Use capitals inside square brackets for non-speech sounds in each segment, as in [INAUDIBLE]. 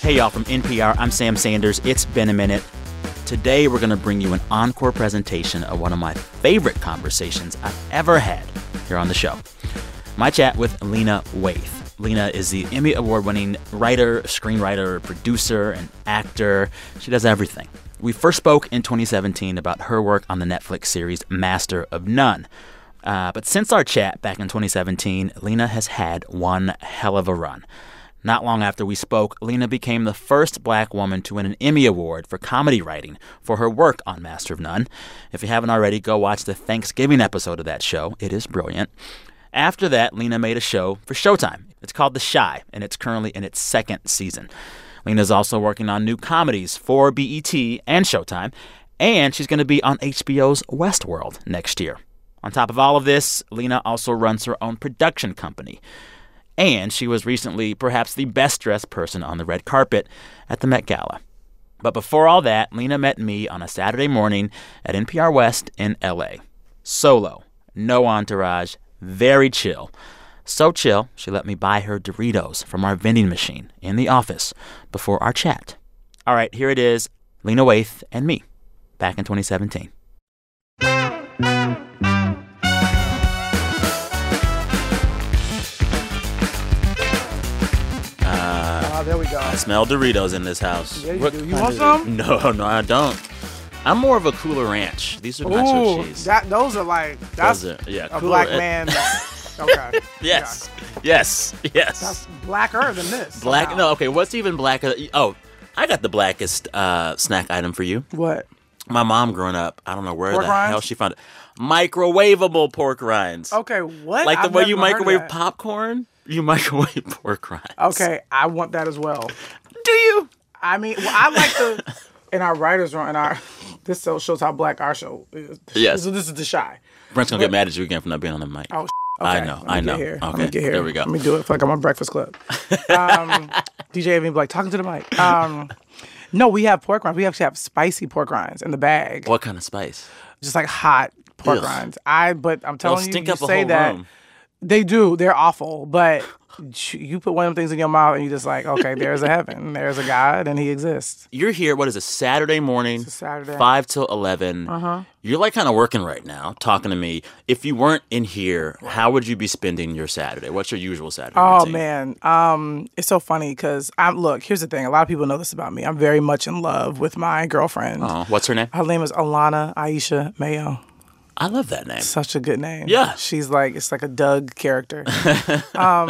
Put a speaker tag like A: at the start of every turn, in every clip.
A: Hey, y'all. From NPR, I'm Sam Sanders. It's been a minute. Today, we're going to bring you an encore presentation of one of my favorite conversations I've ever had here on the show my chat with Lena Waithe. Lena is the Emmy Award winning writer, screenwriter, producer, and actor. She does everything. We first spoke in 2017 about her work on the Netflix series Master of None. Uh, but since our chat back in 2017, Lena has had one hell of a run. Not long after we spoke, Lena became the first black woman to win an Emmy Award for comedy writing for her work on Master of None. If you haven't already, go watch the Thanksgiving episode of that show. It is brilliant. After that, Lena made a show for Showtime. It's called The Shy, and it's currently in its second season. Lena's also working on new comedies for BET and Showtime, and she's going to be on HBO's Westworld next year. On top of all of this, Lena also runs her own production company. And she was recently perhaps the best dressed person on the red carpet at the Met Gala. But before all that, Lena met me on a Saturday morning at NPR West in LA. Solo, no entourage, very chill. So chill, she let me buy her Doritos from our vending machine in the office before our chat. All right, here it is Lena Waith and me back in 2017.
B: Ah, there we go.
A: I smell Doritos in this house.
B: Yeah, you
A: What
B: do. You
A: kind
B: want
A: of- [LAUGHS]
B: some?
A: No, no, I don't. I'm more of a Cooler Ranch. These are nacho
B: Ooh,
A: cheese.
B: that, those are like that's
A: Those are- yeah,
B: a
A: Cooler
B: black
A: Ranch. [LAUGHS]
B: man. okay.
A: Yes, yes, yes.
B: That's blacker than this.
A: Black.
B: somehow.
A: No, okay. What's even blacker? Oh, I got the blackest uh, snack item for you.
B: What?
A: My mom, growing up, I don't know where
B: Pork
A: the
B: rinds?
A: hell she found it. Microwavable pork rinds.
B: Okay. What?
A: like the
B: I've
A: way you
B: never heard of
A: microwave
B: that.
A: popcorn. You microwave [LAUGHS] pork rinds.
B: Okay, I want that as well.
A: Do you?
B: I mean, well, I like
A: [LAUGHS]
B: the in our writers' room. In our this show shows how black our show is.
A: Yes.
B: So this is the shy.
A: Brent's gonna get mad at you again for not being on the mic.
B: Oh,
A: I
B: okay,
A: know,
B: let me
A: I
B: get
A: know.
B: Here. Let
A: Okay,
B: me get here.
A: there we go.
B: Let me do it. I feel like I'm on Breakfast Club.
A: [LAUGHS]
B: Um, DJ Avian be like talking to the mic. Um, no, we have pork rinds. We actually have spicy pork rinds in the bag,
A: What kind of spice?
B: just like hot pork
A: Ugh.
B: rinds. I but I'm
A: They'll
B: telling you,
A: stink
B: you
A: up a
B: say
A: whole
B: that
A: room.
B: they do. They're
A: [SIGHS]
B: awful, but. You put one of them things in your mouth and you just like, okay, there's a heaven, there's a God, and He exists.
A: You're here. What is it? Saturday morning,
B: a Saturday.
A: five till 11 Uh-huh. You're like kind of working right now, talking to me. If you weren't in here, how would you be spending your Saturday? What's your usual Saturday?
B: Oh
A: routine?
B: man, um, it's so funny because I'm. Look, here's the thing. A lot of people know this about me. I'm very much in love with my girlfriend.
A: Oh, what's her name?
B: Her name is Alana Aisha Mayo.
A: I love that name.
B: Such a good name.
A: Yeah.
B: She's like, it's like a
A: [LAUGHS]
B: Doug character. um,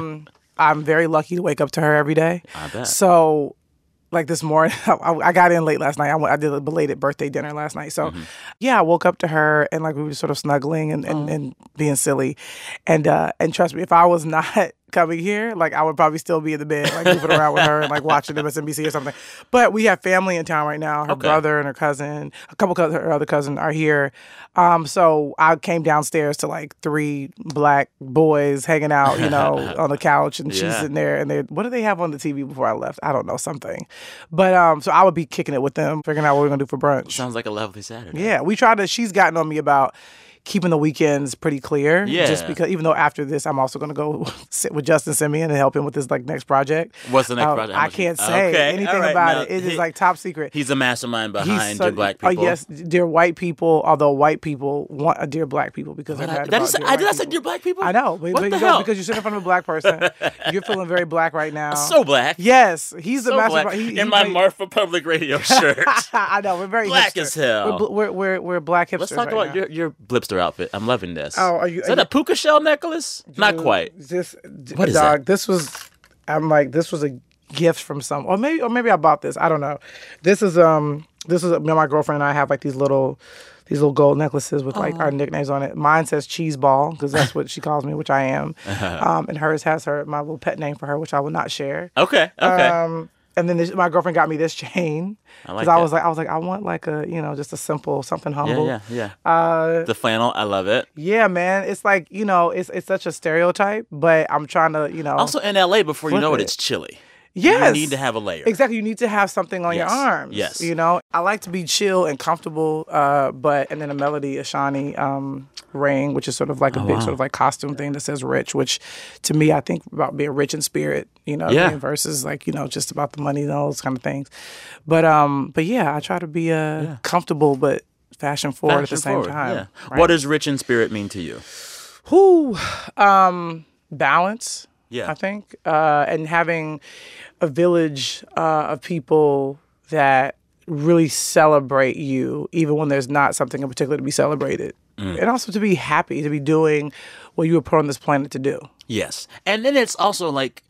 B: I'm very lucky to wake up to her every day. I
A: bet.
B: So, like this morning, [LAUGHS] I, I got in late last night. I, went- I did a belated birthday dinner last night. So,
A: Mm-hmm.
B: yeah, I woke up to her and like we were sort of snuggling and,
A: Oh.
B: and, and being silly. And uh, and trust me, if I was [LAUGHS] not coming here, like I would probably still be in the bed, like moving around with her and like watching MSNBC or something. But we have family in town right now. Her brother and her cousin, a couple of her other cousin are here. Um, so I came downstairs to like three black boys hanging out, you know,
A: [LAUGHS]
B: on the couch, and she's
A: Yeah.
B: sitting there. And they, what do they have on the TV before I left? I don't know something. But um, so I would be kicking it with them, figuring out what we're gonna do for brunch.
A: Sounds like a lovely Saturday.
B: Yeah, we tried to. She's gotten on me about keeping the weekends pretty clear.
A: Yeah.
B: Just because, even though after this, I'm also going to go [LAUGHS] sit with Justin Simeon and help him with his like next project.
A: What's the next
B: Uh,
A: project? How
B: I
A: much-
B: can't say
A: Okay, all
B: anything
A: right,
B: about
A: now,
B: it. It is
A: he-
B: like top secret.
A: He's the mastermind
B: He's
A: behind
B: so-
A: the black people.
B: Oh, yes, dear white people. Although white people want a dear black people because they're
A: But I-
B: mad
A: that
B: about
A: is,
B: dear
A: I,
B: white
A: did I say
B: people.
A: dear black people?
B: I know, but,
A: what
B: but
A: the
B: you don't,
A: hell?
B: because you sit in front of a black person, you're feeling very
A: [LAUGHS]
B: black right now.
A: so black.
B: yes, he's the
A: so
B: master.
A: black.
B: he- he
A: in my
B: played-
A: Marfa Public Radio shirt.
B: [LAUGHS] I know we're very
A: Black
B: hipster.
A: as hell.
B: We're, bl- we're, we're, we're black hipsters.
A: Let's talk about
B: right now.
A: your, your blipster outfit. I'm loving this.
B: Oh, are you-
A: Is
B: are
A: that a
B: you-
A: puka shell necklace? Not
B: Dude,
A: quite.
B: This
A: What is
B: dog. This was. I'm like this was a gift from some, or maybe, or maybe I bought this. I don't know. This is um, this is me and my girlfriend and I have like these little, these little gold necklaces with like our nicknames on it. Mine says cheese ball because that's what she calls me, which
A: [LAUGHS]
B: I am. um, and hers has her my little pet name for her, which I will not share.
A: Okay. Okay.
B: Um, and then this, my girlfriend got me this chain
A: I
B: because
A: like
B: I
A: that.
B: was like, I was like, I want like a you know just a simple something
A: yeah,
B: humble.
A: yeah, yeah. the flannel. I love it.
B: Uh, Yeah, man. It's like, you know, it's it's such a stereotype, but I'm trying to, you know
A: Also in LA, before you
B: Flip
A: know it,
B: it.
A: it's chilly. You
B: Yes.
A: need to have a layer.
B: Exactly. You need to have something on
A: Yes.
B: your arms.
A: Yes.
B: You know, I like to be chill and comfortable, uh, but, and then a melody, a Shawnee um, ring, which is sort of like a big
A: Oh, wow.
B: sort of like costume thing that says rich, which to me, I think about being rich in spirit, you know,
A: Yeah.
B: being versus like, you know, just about the money and all those kind of things. But, um, but yeah, I try to be uh, comfortable, but fashion forward at the
A: Fashion
B: same
A: forward,
B: time.
A: yeah. What does rich in spirit mean to you?
B: Who um balance.
A: Yeah.
B: I think. Uh and having a village uh of people that really celebrate you even when there's not something in particular to be celebrated.
A: Mm.
B: And also to be happy to be doing what you were put on this planet to do.
A: Yes. And then it's also like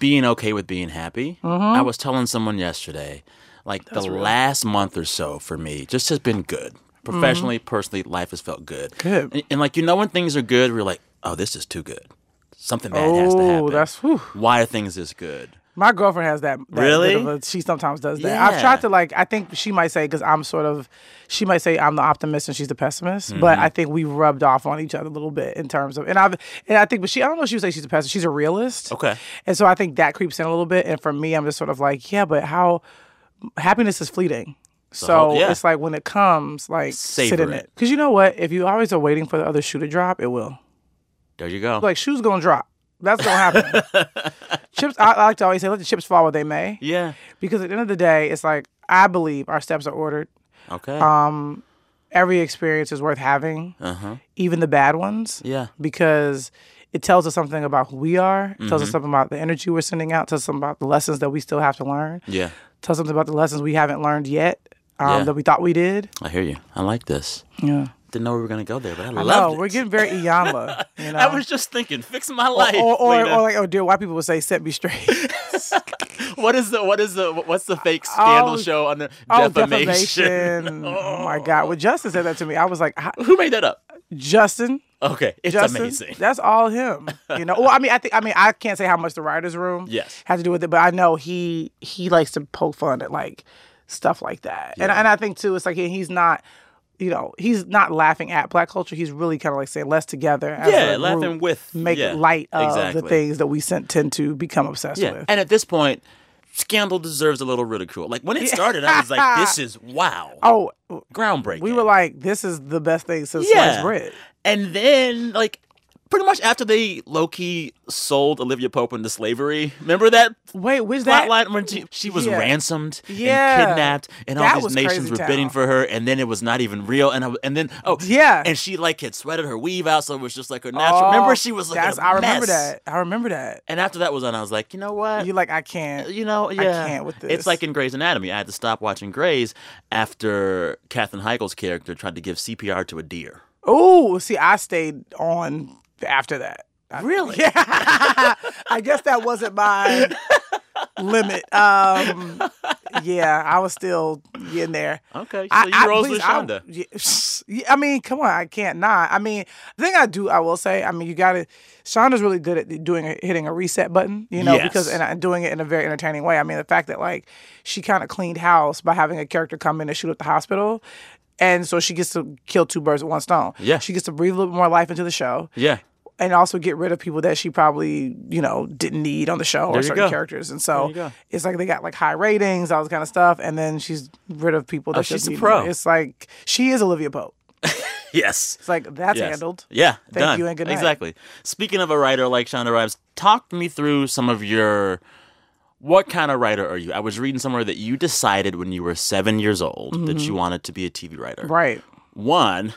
A: being okay with being happy.
B: Mm-hmm.
A: I was telling someone yesterday, like the last month or so for me just has been good. Professionally, personally, life has felt good.
B: Mm-hmm. Good.
A: And, and, like, you know, when things are good, we're like, oh, this is too good. Something bad has to
B: Oh,
A: happen.
B: that's- whew.
A: Why are things this good?
B: My girlfriend has that. that
A: Really?
B: bit of a- she sometimes does that.
A: Yeah.
B: I've tried to like. I think she might say because I'm sort of. She might say I'm the optimist and she's the pessimist, but
A: Mm-hmm.
B: I think we rubbed off on each other a little bit in terms of. And I've and I think, but she. I don't know. if She would say she's a pessimist. She's a realist.
A: Okay.
B: And so I think that creeps in a little bit. And for me, I'm just sort of like, yeah, but how happiness is fleeting. So
A: whole- yeah.
B: it's like when it comes, like sit in
A: Savor it.
B: it. Because you know what? If you always are waiting for the other shoe to drop, it will
A: There you go.
B: like shoes gonna drop. That's gonna happen.
A: [LAUGHS]
B: chips. I, I like to always say, let the chips fall where they may,
A: yeah.
B: because at the end of the day, it's like I believe our steps are ordered.
A: Okay.
B: Every experience is worth having,
A: uh huh.
B: even the bad ones,
A: Yeah.
B: because it tells us something about who we are. It
A: Mm-hmm.
B: tells us something about the energy we're sending out. Tells us something about the lessons that we still have to learn.
A: Yeah.
B: Tells something about the lessons we haven't learned yet um,
A: Yeah.
B: that we thought we did.
A: I hear you. I like this.
B: Yeah.
A: Didn't know we were going to go there, but I,
B: I
A: love
B: know,
A: it.
B: we're getting very Iyanla. You
A: [LAUGHS]
B: know?
A: I was just thinking, fix my life.
B: or, or,
A: Lena.
B: or [LAUGHS] like, oh dear, white people would say, set me straight.
A: [LAUGHS]
B: [LAUGHS]
A: What is the what is the what's the fake scandal
B: Oh,
A: show under
B: Oh,
A: defamation?
B: defamation. oh my God. Well, Justin said that to me. I was like, "How-
A: [LAUGHS] Who made that up?
B: Justin,
A: Okay, it's
B: Justin,
A: amazing.
B: that's all him. You know, well, I mean, I think, I mean, I can't say how much the writers' room
A: Yes.
B: had to do with it, but I know he he likes to poke fun at like stuff like that, and and I think too, it's like he- he's not. You know, he's not laughing at black culture. He's really kind of like saying, "Let's together, as
A: Yeah,
B: a
A: laughing
B: group
A: with-
B: make
A: yeah,
B: light of
A: exactly.
B: the things that we sent, tend to become obsessed
A: Yeah,
B: with."
A: and at this point, scandal deserves a little ridicule. Like when it started, I was
B: [LAUGHS]
A: like, "This is wow,
B: Oh,
A: groundbreaking."
B: we were like, "This is the best thing since
A: Yeah.
B: sliced bread."
A: and then like. Pretty much after they low key sold Olivia Pope into slavery. Remember that
B: Wait, which that
A: plotline when she, she was
B: Yeah.
A: ransomed
B: Yeah.
A: and kidnapped, and
B: That
A: all these
B: was
A: nations
B: crazy
A: were bidding
B: town.
A: for her, and then it was not even real. And I, and then oh
B: Yeah.
A: and she like had sweated her weave out, so it was just like her natural. remember,
B: Oh,
A: she was like
B: that's,
A: a
B: I remember
A: mess. Uh,
B: that. I remember that.
A: And after that was on, I was like, you know what?
B: You like I can't.
A: you know, yeah.
B: can't with
A: It's
B: this.
A: like in Grey's Anatomy. I had to stop watching Grey's after Katherine Heigl's character tried to give CPR to a deer.
B: Oh, see, I stayed on after that. I-
A: Really?
B: [LAUGHS] Yeah. I guess that
A: [LAUGHS]
B: wasn't my limit. Um, yeah, I was still in there.
A: Okay, so
B: I,
A: you
B: I-
A: rose
B: please,
A: with
B: I-
A: Shonda.
B: yeah, yeah, [LAUGHS] I mean, come on, I can't not. I mean, the thing I do, I will say, I mean, you got to. Shonda's really good at doing a, hitting a reset button, you know,
A: Yes.
B: because and uh, doing it in a very entertaining way. I mean, the fact that like she kind of cleaned house by having a character come in and shoot at the hospital. And so she gets to kill two birds with one stone.
A: Yeah.
B: She gets to breathe a little bit more life into the show
A: yeah,
B: and also get rid of people that she probably you know didn't need on the show
A: There
B: or
A: you
B: certain
A: go.
B: characters and
A: you
B: so
A: go.
B: it's like they got like high ratings all this kind of stuff and then she's rid of people that
A: Oh, she's
B: just
A: a
B: need
A: pro.
B: more. it's like she is olivia pope
A: yes.
B: it's like that's
A: Yes.
B: handled
A: Yeah,
B: Thank
A: done.
B: you and good night.
A: Exactly. Speaking of a writer like Shonda Rhimes, talk me through some of your. What kind of writer are you? I was reading somewhere that you decided when you were seven years old that you wanted to be a TV writer.
B: Mm-hmm. right
A: One,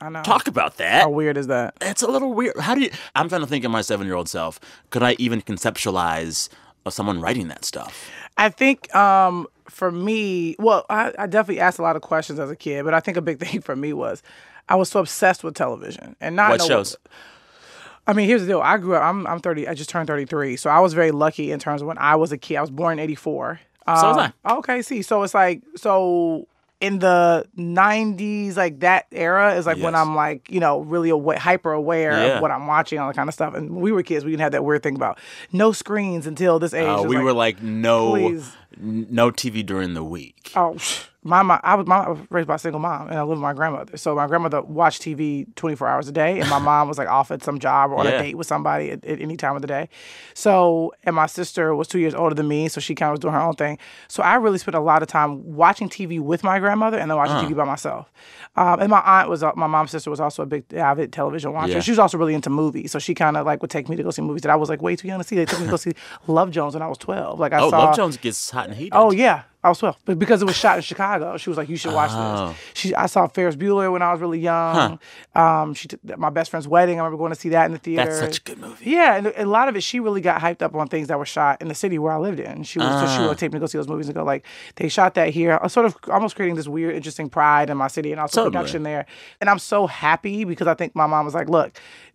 B: i know Oh.
A: talk about that.
B: how weird is that
A: That's a little weird. How do you? I'm trying to think of my seven year old self. Could I even conceptualize of someone writing that stuff?
B: I think um, for me, well, I, I definitely asked a lot of questions as a kid, but I think a big [LAUGHS] thing for me was I was so obsessed with television and not
A: What
B: know-
A: shows?
B: I mean, here's the deal. I grew up. I'm I'm 30. I just turned 33, so I was very lucky in terms of when I was a kid. I was born in 84. Um,
A: So was
B: Okay, see, so it's like so in the 90s, like that era is like when
A: Yes.
B: I'm like you know really awa- hyper aware
A: Yeah.
B: of what I'm watching, all that kind of stuff. And when we were kids, we didn't have that weird thing about no screens until this age.
A: Uh,
B: It's
A: we
B: like,
A: were like, no,
B: please.
A: no TV during the week.
B: Oh, [SIGHS] my, mom! I was, my, I was raised by a single mom, and I lived with my grandmother. So my grandmother watched TV 24 hours a
A: [LAUGHS]
B: day, and my mom was like off at some job or on
A: Yeah.
B: a date with somebody at, at any time of the day. So, and my sister was two years older than me, so she kind of was doing her own thing. So I really spent a lot of time watching TV with my grandmother and then watching
A: Uh.
B: TV by myself. Um, and my aunt was, uh, my mom's sister was also a big avid television watcher.
A: Yeah.
B: She was also really into movies, so she kind of like would take me to go see movies that I was like way too young to see. They took me to
A: [LAUGHS]
B: go see Love Jones when I was 12. Like I
A: Oh,
B: saw
A: Love Jones gets hot and heated.
B: Oh yeah, I was twelve, but because it was shot in Chicago, she was like, "You should watch
A: Oh.
B: this." She, I saw Ferris Bueller when I was really young. Um, she, took my best friend's wedding. I remember going to see that in the theater.
A: that's such a good movie.
B: Yeah, and a lot of it, she really got hyped up on things that were shot in the city where I lived in. She was, so she
A: Ah.
B: would take me to go see those movies and go like, they shot that here. I sort of almost creating this weird, interesting pride in my city and also
A: Totally.
B: production there. And I'm so happy because I think my mom was like, look,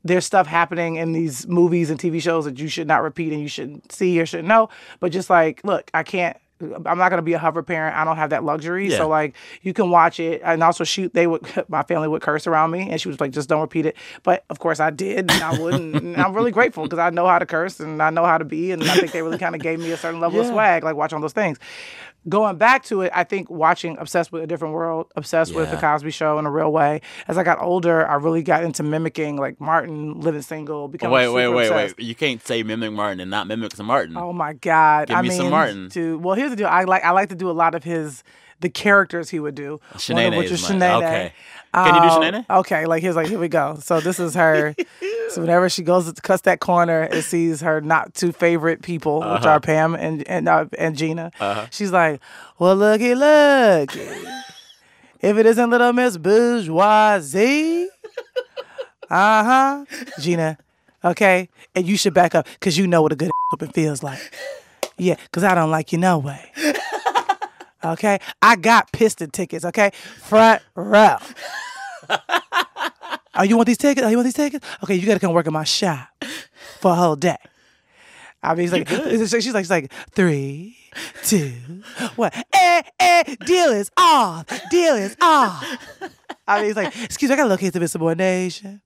B: there's stuff happening in these movies and TV shows that you should not repeat and you shouldn't see or shouldn't know. But just like, look, I can't. I'm not gonna be a hover parent. I don't have that luxury.
A: Yeah.
B: So like, you can watch it, and also shoot. They would, [LAUGHS] my family would curse around me, and she was like, "Just don't repeat it." But of course, I did. And I
A: [LAUGHS]
B: wouldn't. and I'm really grateful because I know how to curse and I know how to be, and I think they really kind of gave me a certain level of
A: Yeah.
B: swag, like watching those things. Going back to it, I think watching Obsessed with a Different World, Obsessed with the
A: Yeah.
B: Cosby Show in a real way. As I got older, I really got into mimicking like Martin, living single, becoming
A: Wait, wait,
B: super
A: wait,
B: obsessed.
A: wait. You can't say mimic Martin and not mimic some Martin.
B: Oh my God!
A: Give
B: I
A: me
B: mean,
A: some Martin.
B: Dude, well, here's the deal. I like I like to do a lot of his the characters he would do. One of
A: Shanae
B: which
A: is
B: is
A: mine.
B: Shanae.
A: Okay. Can you do
B: Um,
A: Shanae?
B: Okay, like here's like here we go. So this
A: [LAUGHS]
B: is her. so whenever she goes to cuss that corner and sees her not two favorite people, which
A: Uh-huh.
B: are Pam and and uh, and Gina, she's like, "Well, looky, look, if it isn't Little Miss Bourgeoisie, uh huh, Gina, okay, and you should back up because you know what a good [LAUGHS] whooping feels like. Yeah, because I don't like you
A: [LAUGHS]
B: no way." Okay, I got piston tickets. Okay, front row. Oh, you want these tickets? Oh, you want these tickets? Okay, you gotta come work in my shop for a whole day. I mean, he's like, so she's like, she's like, three, two, one. Eh, eh, deal is off. Deal is off. I mean, he's like, excuse me, I gotta locate the subordination.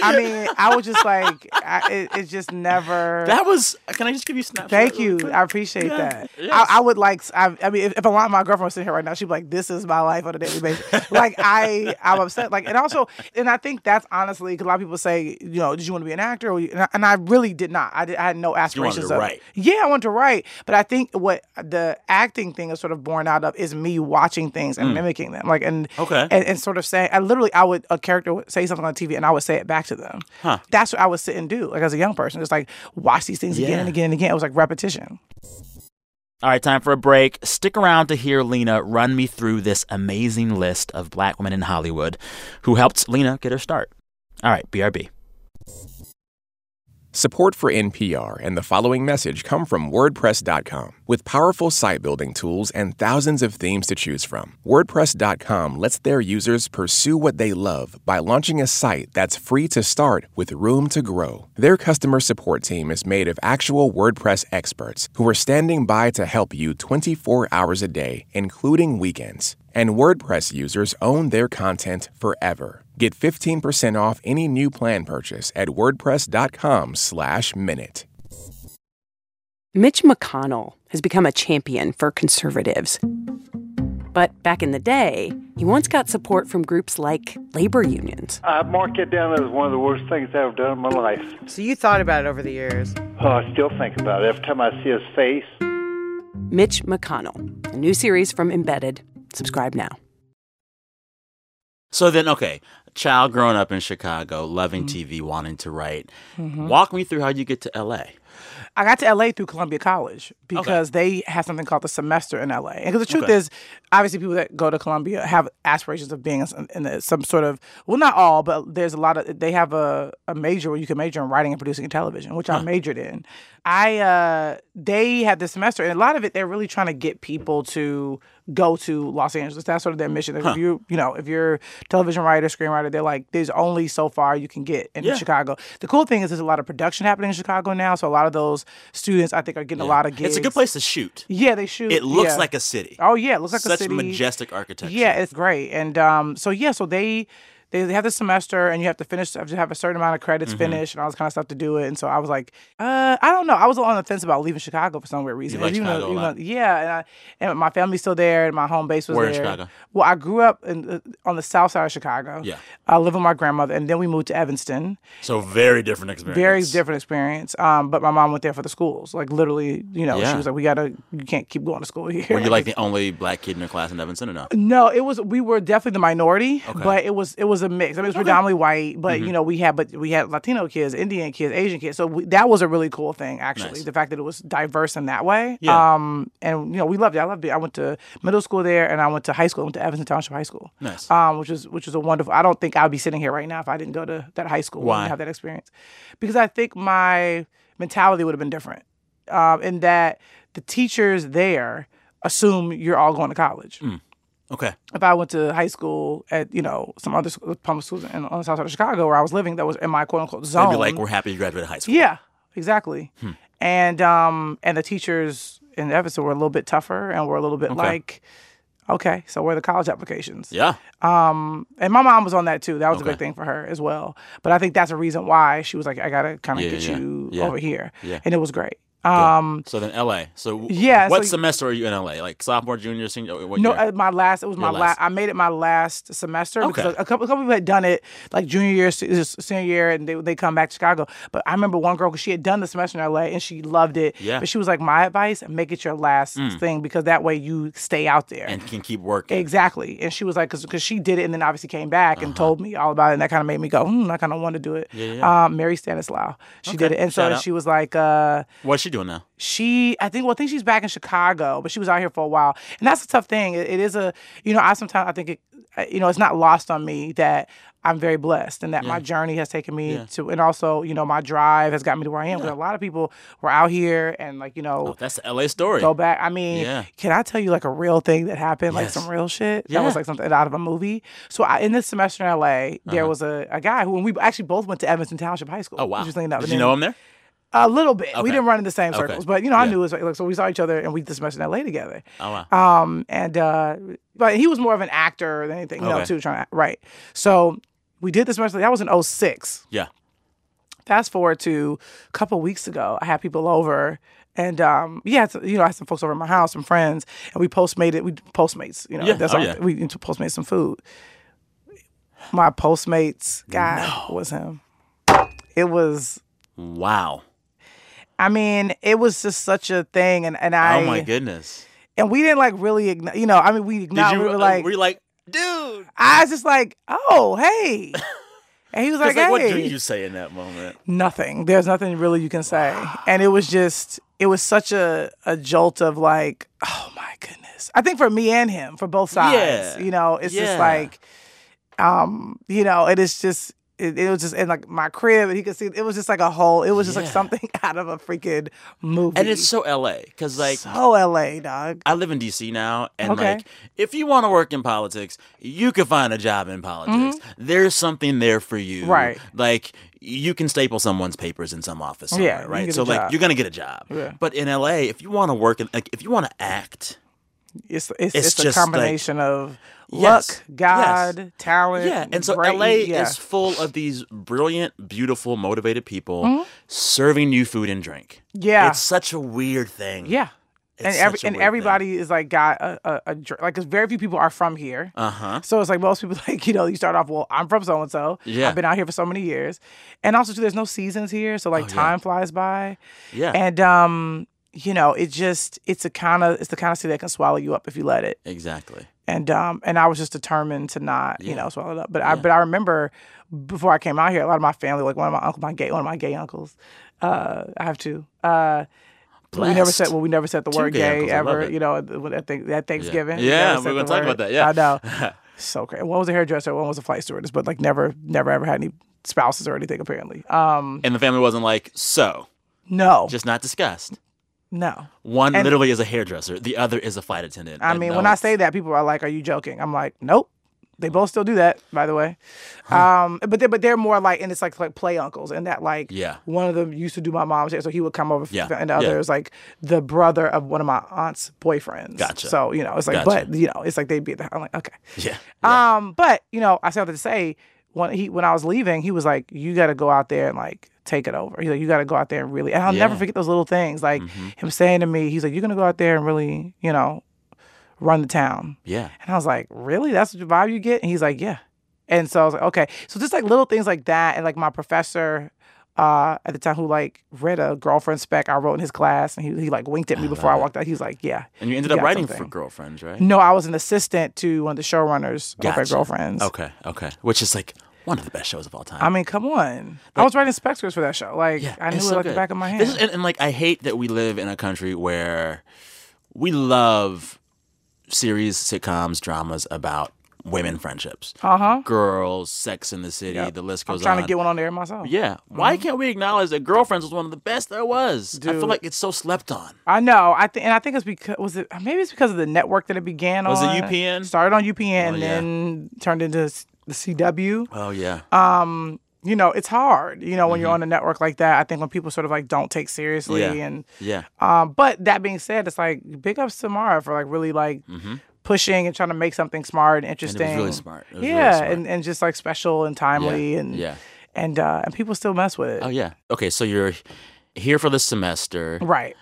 B: I mean, I was just like, I, it, it just never.
A: that was. Can I just give you a snapshot?
B: Thank
A: really
B: you.
A: quick?
B: I appreciate
A: Yeah.
B: that.
A: Yes.
B: I, I would like. I, I mean, if, if a lot of my girlfriend was sitting here right now, she'd be like, "This is my life on a daily basis." like I, I'm upset. Like, and also, and I think that's honestly because a lot of people say, you know, did you want to be an actor? Or you, and, I, and I really did not. I, did, I had no aspirations.
A: to
B: of,
A: write.
B: Yeah, I wanted to write, but I think what the acting thing is sort of born out of is me watching things
A: Mm.
B: and mimicking them. Like, and
A: Okay.
B: and, and sort of saying, I literally, I would a character would say something on TV, and I would say it back to them.
A: Huh.
B: That's what I would sit and do, like as a young person, just like watch these things again and
A: Yeah.
B: again and again. It was like repetition.
A: All right, time for a break. Stick around to hear Lena run me through this amazing list of black women in Hollywood who helped Lena get her start. All right, BRB.
C: Support for NPR and the following message come from WordPress.com. With powerful site building tools and thousands of themes to choose from, WordPress.com lets their users pursue what they love by launching a site that's free to start with room to grow. Their customer support team is made of actual WordPress experts who are standing by to help you 24 hours a day, including weekends. And WordPress users own their content forever. Get 15% off any new plan purchase at wordpress.com slash minute.
D: Mitch McConnell has become a champion for conservatives. But back in the day, he once got support from groups like labor unions.
E: I mark it down as one of the worst things I've ever done in my life.
F: So you thought about it over the years.
E: Oh, I still think about it every time I see his face.
D: Mitch McConnell, a new series from Embedded. Subscribe now.
A: So then, okay, child growing up in Chicago, loving
B: Mm-hmm.
A: TV, wanting to write. Walk me through how you get to LA.
B: I got to LA through Columbia College because they have something called the semester in LA. And because the truth
A: Okay.
B: is, obviously, people that go to Columbia have aspirations of being in- in the- some sort of well, not all, but there's a lot of they have a, a major where you can major in writing and producing and television, which I majored in. I uh, they had this semester, and a lot of it they're really trying to get people to go to Los Angeles. That's sort of their mission. If you you know if you're a television writer, screenwriter, they're like there's only so far you can get in
A: Yeah.
B: Chicago. The cool thing is there's a lot of production happening in Chicago now, so a lot of those students I think are getting a lot of gigs.
A: It's a good place to shoot.
B: Yeah, they shoot.
A: It looks
B: yeah.
A: like a city.
B: Oh yeah, it looks like
A: Such
B: a city.
A: majestic architecture.
B: Yeah, it's great. And um, so yeah, so they they, they have the semester and you have to finish, have to have a certain amount of credits
A: Mm-hmm.
B: finished and all this kind of stuff to do it. And so I was like, uh, I don't know. I was on the fence about leaving Chicago for some weird reason.
A: like
B: Even though-
A: Chicago a
B: even
A: lot.
B: though- yeah, and, I, and my family's still there, and my home base was
A: Where in
B: there.
A: Chicago?
B: Well, I grew up in, uh, on the south side of Chicago.
A: Yeah.
B: I lived with my grandmother, and then we moved to Evanston.
A: So very different experience.
B: Very different experience. Um, but my mom went there for the schools. Like literally, you know,
A: Yeah.
B: she was like, "We gotta, you can't keep going to school here."
A: Were you like the only black kid in your class in Evanston or no?
B: [LAUGHS] No, it was we were definitely the minority, but it was it was a mix. I mean, it was predominantly white,
A: Mm-hmm.
B: but you know we had but we had Latino kids, Indian kids, Asian kids. So we, that was a really cool thing, actually.
A: Nice.
B: The fact that it was diverse in that way.
A: Yeah.
B: Um, and you know we loved it. I loved it. I went to middle school there, and I went to high school. I went to Evanston Township High School.
A: Nice.
B: Um, which was which was a wonderful. I don't think I'd be sitting here right now if I didn't go to that high school
A: Why?
B: and have that experience, because I think my mentality would have been different um, in that the teachers there assume you're all going to college
A: Mm. Okay.
B: if I went to high school at you know some other school, public schools in, on the south side of Chicago where I was living, that was in my quote unquote
A: They'd
B: zone.
A: be like, Hmm. we're happy you graduated high school.
B: yeah, exactly. And um and the teachers in Evanston were a little bit tougher and were a little bit like, okay, so where are the college applications?
A: Yeah.
B: And my mom was on that too. That was a
A: Okay.
B: big thing for her as well. But I think that's a reason why she was like, I gotta kind of
A: Yeah,
B: get
A: yeah,
B: you
A: yeah.
B: over here,
A: Yeah.
B: and it was great. Um,
A: So then LA. So w-
B: Yeah,
A: what
B: so-
A: semester are you in LA? Like sophomore, junior, senior? What
B: No,
A: year?
B: uh, my last. It was my
A: Your last.
B: last. I made it my last semester because
A: Okay.
B: a, a couple, a couple people had done it like junior year, se- s- senior year, and they they come back to Chicago. But I remember one girl because she had done the semester in LA and she loved it.
A: Yeah. Mm.
B: But she was like, my advice: make it your last thing because that way you stay out there.
A: and can keep working.
B: Exactly. And she was like, because she did it and then obviously came back and told me all about it. And that kind of made me go, hmm, I kind of want to do it.
A: Uh-huh. Yeah, yeah.
B: Um, Mary Stanislaw. She
A: Okay.
B: did it. And
A: Shout
B: so
A: out.
B: she was like, uh,
A: What's she doing now?
B: she i think well i think she's back in chicago but she was out here for a while and that's a tough thing It- it is a you know i sometimes i think it uh, you know it's not lost on me that i'm very blessed and that my journey has taken me to and also you know my drive has got me to where i am because a lot of people were out here and like you know
A: That's the LA story.
B: Go back. I mean,
A: Yeah.
B: can I tell you like a real thing that happened, like
A: Yes.
B: some real shit that
A: Yeah.
B: was like something out of a movie? So I, in this semester in LA, there was a, a guy who and we actually both went to Evanston Township High School.
A: Uh-huh. oh wow.
B: Interesting enough.
A: Did
B: And
A: you
B: then-
A: know him there?
B: a little bit.
A: Okay.
B: We didn't run in the same
A: Okay.
B: circles, but you know, I
A: Yeah.
B: knew it was like, so we saw each other and we did the semester in LA together.
A: Oh wow.
B: Um, and uh, but he was more of an actor than anything, you
A: Okay.
B: know, too, trying to right. So we did the semester, that was in 06.
A: Yeah.
B: Fast forward to a couple weeks ago, I had people over. And um, yeah, so, you know, I had some folks over at my house, some friends, and we postmated. We postmates, you know,
A: Yeah.
B: that's
A: Oh,
B: all.
A: yeah.
B: We postmate some food. My postmates guy was him. It was
A: Wow.
B: I mean, it was just such a thing, and and I
A: oh my goodness.
B: and we didn't like really, igno- you know, I mean, we
A: Did
B: igno-
A: you
B: we were
A: uh,
B: like,
A: were you like, dude?
B: I was just like,
A: [LAUGHS]
B: oh hey, and he was
A: 'Cause,
B: like,
A: like,
B: hey,
A: what do you say in that moment?
B: nothing. There's nothing really you can say, and it was just, it was such a a jolt of like, oh my goodness. I think for me and him, for both sides,
A: Yeah.
B: you know, it's
A: Yeah.
B: just like, um, you know, it is just. It, it was just in like my crib, and he could see. It was just like a whole. It was just
A: Yeah.
B: like something [LAUGHS] out of a freaking movie.
A: And it's so LA because like
B: so LA, dog.
A: I live in DC now, and
B: Okay.
A: like, if you want to work in politics, you can find a job in politics. There's something there for you,
B: Mm-hmm. Right.
A: Like, you can staple someone's papers in some office, somewhere,
B: Yeah, you
A: right.
B: get a
A: So like,
B: job.
A: you're gonna get a job.
B: Yeah.
A: But in LA, if you want to work, in, like, if you want to act,
B: It's it's,
A: It's
B: it's,
A: just
B: a
A: like-
B: combination of
A: Yes,
B: luck, God,
A: yes.
B: talent.
A: yeah. And so
B: brain-
A: LA
B: yeah.
A: is full of these brilliant, beautiful, motivated people serving you food and drink.
B: Mm-hmm. yeah,
A: It's such a weird thing.
B: yeah. And every and everybody is like got a a, a dr- like 'cause very few people are from here.
A: Uh huh.
B: So it's like most people [LAUGHS] like you know you start off well I'm from so and so
A: Yeah.
B: I've been out here for so many years, and also too there's no seasons here so like
A: Oh,
B: time flies by.
A: Yeah.
B: and um you know it just it's a kind of it's the kind of city that can swallow you up if you let it.
A: exactly.
B: and um and I was just determined to not
A: Yeah.
B: you know swallow it up. But I but I remember before I came out here, a lot of my family, like one of my uncle, my gay one of my gay uncles, uh, I have two. Uh, we never said
A: Blessed.
B: well, we never said the
A: Two
B: word
A: gay
B: gay,
A: uncles, I love
B: ever.
A: it.
B: You know at, the- at, the- at Thanksgiving. we
A: Yeah, we're
B: never said the
A: gonna talk
B: word.
A: about that, yeah.
B: I know. so crazy. One was a hairdresser, one was a flight stewardess, but like never never ever had any spouses or anything apparently. Um,
A: [LAUGHS] And the family wasn't like so,
B: no,
A: just not discussed.
B: no.
A: One
B: And-
A: literally is a hairdresser. The other is a flight attendant.
B: I
A: And
B: mean,
A: no
B: when I
A: one's-
B: say that, people are like, "Are you joking?" I'm like, "Nope." They both still do that, by the way. Um, but they, but they're more like, and it's like like play uncles, and that like,
A: Yeah.
B: one of them used to do my mom's hair, so he would come over,
A: Yeah,
B: and the
A: yeah.
B: other is like the brother of one of my aunt's boyfriends.
A: Gotcha.
B: So you know, it's like,
A: Gotcha.
B: [LAUGHS] Um, but you know, it's like they'd be. At the, I'm like, okay.
A: yeah,
B: Um, but you know, I still have to say, when he when I was leaving, he was like, "You got to go out there and like take it over." He's like, "You got to go out there and really." And I'll
A: Yeah.
B: never
A: Mm-hmm.
B: forget those little things, like him saying to me, "He's like, you're gonna go out there and really, you know, run the town."
A: Yeah.
B: And I was like, really? That's the vibe you get? And he's like, yeah. And so I was like, okay. So just like little things like that. And like my professor uh, at the time who like read a girlfriend spec I wrote in his class and he, he like winked at me before I walked out. He was like, yeah.
A: And you ended
B: You
A: up
B: got
A: writing
B: something.
A: for girlfriends, right?
B: No, I was an assistant to one of the showrunners of
A: Gotcha.
B: their girlfriends.
A: Okay, okay. Which is like one of the best shows of all time.
B: I mean, come on. I was writing spec scripts for that show. Like I knew
A: it's
B: it
A: so
B: like the
A: good.
B: back of my hand.
A: This is, and, and, like I hate that we live in a country where we love series, sitcoms, dramas about women friendships,
B: uh-huh.
A: girls, Sex in the City.
B: Yep.
A: The list
B: I'm
A: goes
B: trying
A: on.
B: to get one on there myself.
A: Yeah. Why can't we acknowledge that Girlfriends was one of the best there was? I feel
B: Mm-hmm. Dude.
A: like it's so slept on.
B: I know. I think, and I think it's because was it maybe it's because of the network that it began
A: Was it
B: on.
A: UPN?
B: Started on UPN,
A: Oh,
B: and
A: yeah.
B: then turned into s- the CW.
A: Oh yeah.
B: Um, you know, it's hard. You know, when you're on a network like that, I think when people sort of like don't take seriously,
A: Mm-hmm. Yeah.
B: and
A: yeah.
B: um, but that being said, it's like big ups to Mara for like really like pushing and trying to make something smart and
A: Mm-hmm. And it
B: interesting.
A: was really smart. It was really
B: yeah,
A: smart.
B: and and just like special and timely, and
A: yeah.
B: and uh, and people still mess with it.
A: Oh yeah. Okay, so you're here for the semester.
B: Right.